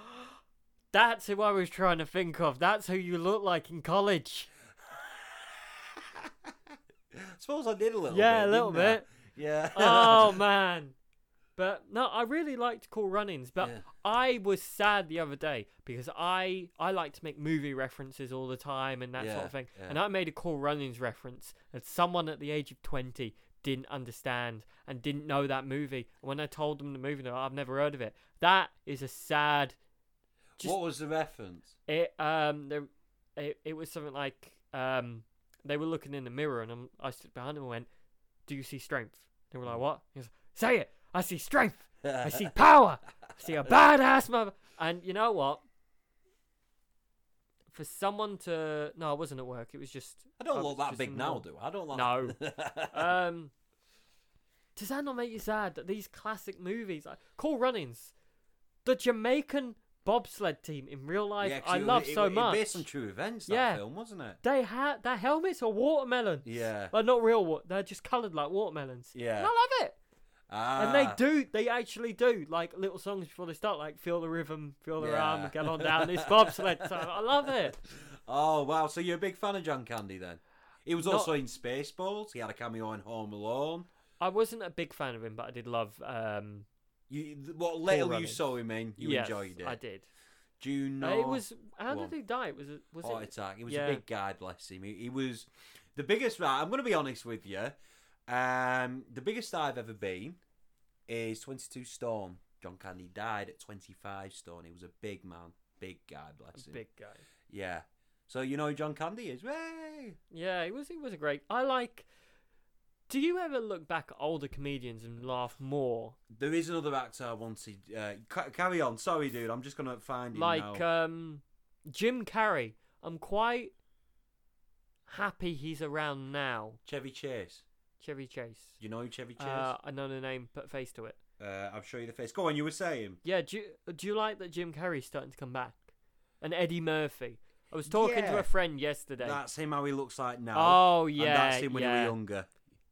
Speaker 2: That's who I was trying to think of. That's who you look like in college.
Speaker 1: suppose I did a little.
Speaker 2: yeah,
Speaker 1: bit,
Speaker 2: a little
Speaker 1: didn't I?
Speaker 2: bit.
Speaker 1: Yeah.
Speaker 2: oh man. But no, I really liked Cool Runnings, but
Speaker 1: Yeah.
Speaker 2: I was sad the other day because I I like to make movie references all the time and that sort
Speaker 1: Yeah,
Speaker 2: of thing.
Speaker 1: yeah.
Speaker 2: And I made a Cool Runnings reference that someone at the age of 20 didn't understand and didn't know that movie. When I told them the movie, they're like, I've never heard of it. That is a sad Just-
Speaker 1: what was the reference?
Speaker 2: It um there, it, it was something like um they were looking in the mirror and I'm, I stood behind them and went, "Do you see strength?" They
Speaker 1: Mm.
Speaker 2: were like, "What?" He was, "Say it. I see strength. I see power. I see a badass mother." And you know what? For someone to no, I wasn't at work. It was just
Speaker 1: I don't
Speaker 2: was
Speaker 1: look that
Speaker 2: just
Speaker 1: big
Speaker 2: in
Speaker 1: now,
Speaker 2: the-
Speaker 1: do I? I don't look.
Speaker 2: No. Um, does that not make you sad that these classic movies, like Cool Runnings, the Jamaican bobsled team in real life,
Speaker 1: Yeah, 'cause
Speaker 2: I
Speaker 1: it was-
Speaker 2: love
Speaker 1: it-
Speaker 2: so
Speaker 1: it
Speaker 2: much.
Speaker 1: Based on true events, that
Speaker 2: Yeah.
Speaker 1: film wasn't it?
Speaker 2: They had their helmets are watermelons.
Speaker 1: Yeah.
Speaker 2: Well, not real. wa- They're just coloured like watermelons.
Speaker 1: Yeah.
Speaker 2: And I love it.
Speaker 1: Ah,
Speaker 2: And they do. They actually do like little songs before they start, like "Feel the Rhythm," "Feel the
Speaker 1: Yeah.
Speaker 2: Rhythm," "Get on down this bobsled." time. I love it.
Speaker 1: Oh wow! So you're a big fan of John Candy then? He was
Speaker 2: Not-
Speaker 1: also in Spaceballs. He had a cameo in Home Alone.
Speaker 2: I wasn't a big fan of him, but I did love. Um,
Speaker 1: You, th- what little you
Speaker 2: Runnings.
Speaker 1: saw him in, you
Speaker 2: yes,
Speaker 1: enjoyed it.
Speaker 2: I did.
Speaker 1: Do you
Speaker 2: Uh,
Speaker 1: know?
Speaker 2: It was. How
Speaker 1: Go on.
Speaker 2: did he die? It was. a- Was
Speaker 1: heart
Speaker 2: it?
Speaker 1: attack. He was
Speaker 2: yeah.
Speaker 1: a big guy, bless him. He, he was the biggest. Right, I'm going to be honest with you. Um, the biggest I've ever been is 22 stone. John Candy died at 25 stone. He was a big man, big guy, bless
Speaker 2: A
Speaker 1: him.
Speaker 2: big guy.
Speaker 1: Yeah. So you know who John Candy is? Hey!
Speaker 2: Yeah, he was. He was a great. I like. Do you ever look back at older comedians and laugh more
Speaker 1: There is another actor I wanted. Uh, ca- carry on. Sorry, dude. I'm just going to find him
Speaker 2: like
Speaker 1: now.
Speaker 2: um, Jim Carrey. I'm quite happy he's around now.
Speaker 1: Chevy Chase.
Speaker 2: Chevy Chase.
Speaker 1: Do you know who Chevy Chase?
Speaker 2: Uh, I know the name, put face to it.
Speaker 1: Uh, I'm sure you the face. Go on, you were saying.
Speaker 2: Yeah, do you, do you like that Jim Carrey's starting to come back? And Eddie Murphy. I was talking to
Speaker 1: Yeah.
Speaker 2: a friend yesterday.
Speaker 1: That's him how he looks like now.
Speaker 2: oh yeah,
Speaker 1: And that's him when
Speaker 2: yeah.
Speaker 1: he was younger.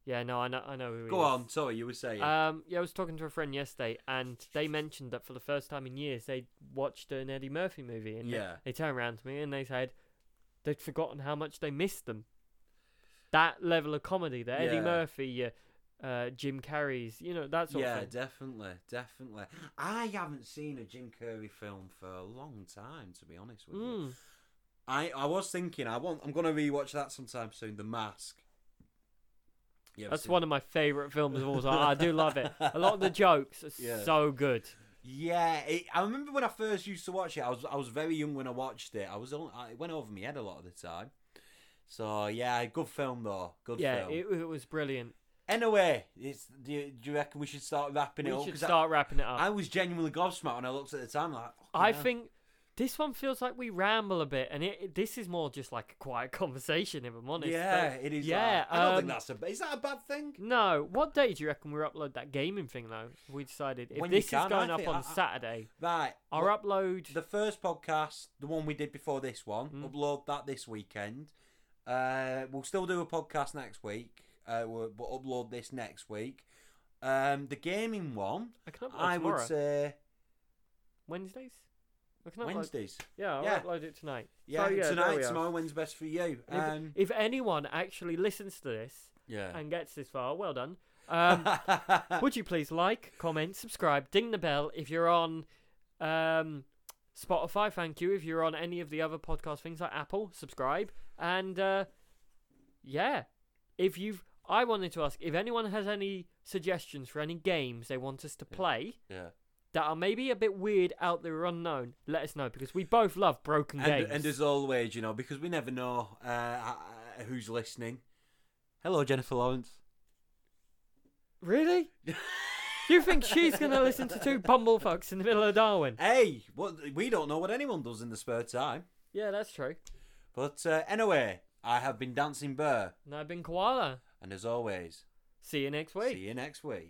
Speaker 2: Yeah, no, I know, I know who he
Speaker 1: Go
Speaker 2: is.
Speaker 1: on, sorry, you were saying.
Speaker 2: Um, yeah, I was talking to a friend yesterday, and they mentioned that for the first time in years they watched an Eddie Murphy movie, and they-
Speaker 1: Yeah.
Speaker 2: they, turned around to me and they said they'd forgotten how much they missed them. That level of comedy, the Eddie
Speaker 1: Yeah.
Speaker 2: Murphy, your, uh, Jim Carrey's, you know, that sort
Speaker 1: yeah,
Speaker 2: of thing.
Speaker 1: definitely, definitely. I haven't seen a Jim Curry film for a long time, to be honest with you.
Speaker 2: Mm.
Speaker 1: I, I was thinking I want I'm gonna rewatch that sometime soon. The Mask. Yeah,
Speaker 2: That's one of my favourite films of all time. I do love it. A lot of the jokes are
Speaker 1: Yeah.
Speaker 2: so good.
Speaker 1: Yeah, it, I remember when I first used to watch it. I was I was very young when I watched it. I was on, I, it went over my head a lot of the time. So yeah, good film though. Good
Speaker 2: Yeah,
Speaker 1: film.
Speaker 2: it, it was brilliant.
Speaker 1: Anyway, it's do you, do you reckon we should start wrapping
Speaker 2: We
Speaker 1: it up?
Speaker 2: should
Speaker 1: 'Cause I-
Speaker 2: start wrapping it up.
Speaker 1: I, was genuinely gobsmacked when I looked at the time. Like fucking
Speaker 2: I
Speaker 1: hell.
Speaker 2: think this one feels like we ramble a bit, and it, it- this is more just like a quiet conversation, if I'm honest.
Speaker 1: Yeah,
Speaker 2: but-
Speaker 1: it is.
Speaker 2: Yeah,
Speaker 1: that. I don't
Speaker 2: um,
Speaker 1: think that's a. Is that a bad thing?
Speaker 2: No, what day do you reckon we upload that gaming thing though? We decided if
Speaker 1: When you
Speaker 2: this
Speaker 1: can,
Speaker 2: is
Speaker 1: I
Speaker 2: going up
Speaker 1: think-
Speaker 2: on
Speaker 1: I- I-
Speaker 2: Saturday,
Speaker 1: Right.
Speaker 2: our
Speaker 1: look,
Speaker 2: upload.
Speaker 1: The first podcast, the one we did before this one,
Speaker 2: Mm.
Speaker 1: upload that this weekend. Uh, we'll still do a podcast next week. Uh, we'll, but upload this next week. Um, the gaming one,
Speaker 2: I can upload
Speaker 1: I
Speaker 2: tomorrow.
Speaker 1: would say
Speaker 2: Wednesdays. I can upload.
Speaker 1: Wednesdays.
Speaker 2: Yeah, I'll
Speaker 1: yeah.
Speaker 2: upload it tonight.
Speaker 1: Yeah,
Speaker 2: So, yeah, there
Speaker 1: tonight,
Speaker 2: we are.
Speaker 1: tomorrow, when's best for you?
Speaker 2: And if-
Speaker 1: Um,
Speaker 2: if, anyone actually listens to this
Speaker 1: yeah.
Speaker 2: and gets this far, well done. Um,
Speaker 1: Uh,
Speaker 2: would you please like, comment, subscribe, ding the bell if you're on um, Spotify? Thank you. If you're on any of the other podcast things like Apple, subscribe. And uh, yeah, if you've, I wanted to ask if anyone has any suggestions for any games they want us to play
Speaker 1: yeah.
Speaker 2: that are maybe a bit weird, out there, or unknown. Let us know because we both love broken
Speaker 1: And,
Speaker 2: games.
Speaker 1: and as always, you know, because we never know uh, who's listening. Hello, Jennifer Lawrence.
Speaker 2: really. You think she's gonna listen to two bumblefucks in the middle of Darwin?
Speaker 1: Hey, what we don't know what anyone does in the spare time.
Speaker 2: Yeah, that's true.
Speaker 1: But uh, anyway, I have been Dancing Bear,
Speaker 2: And I've been Koala.
Speaker 1: and as always,
Speaker 2: See you next week.
Speaker 1: see you next week.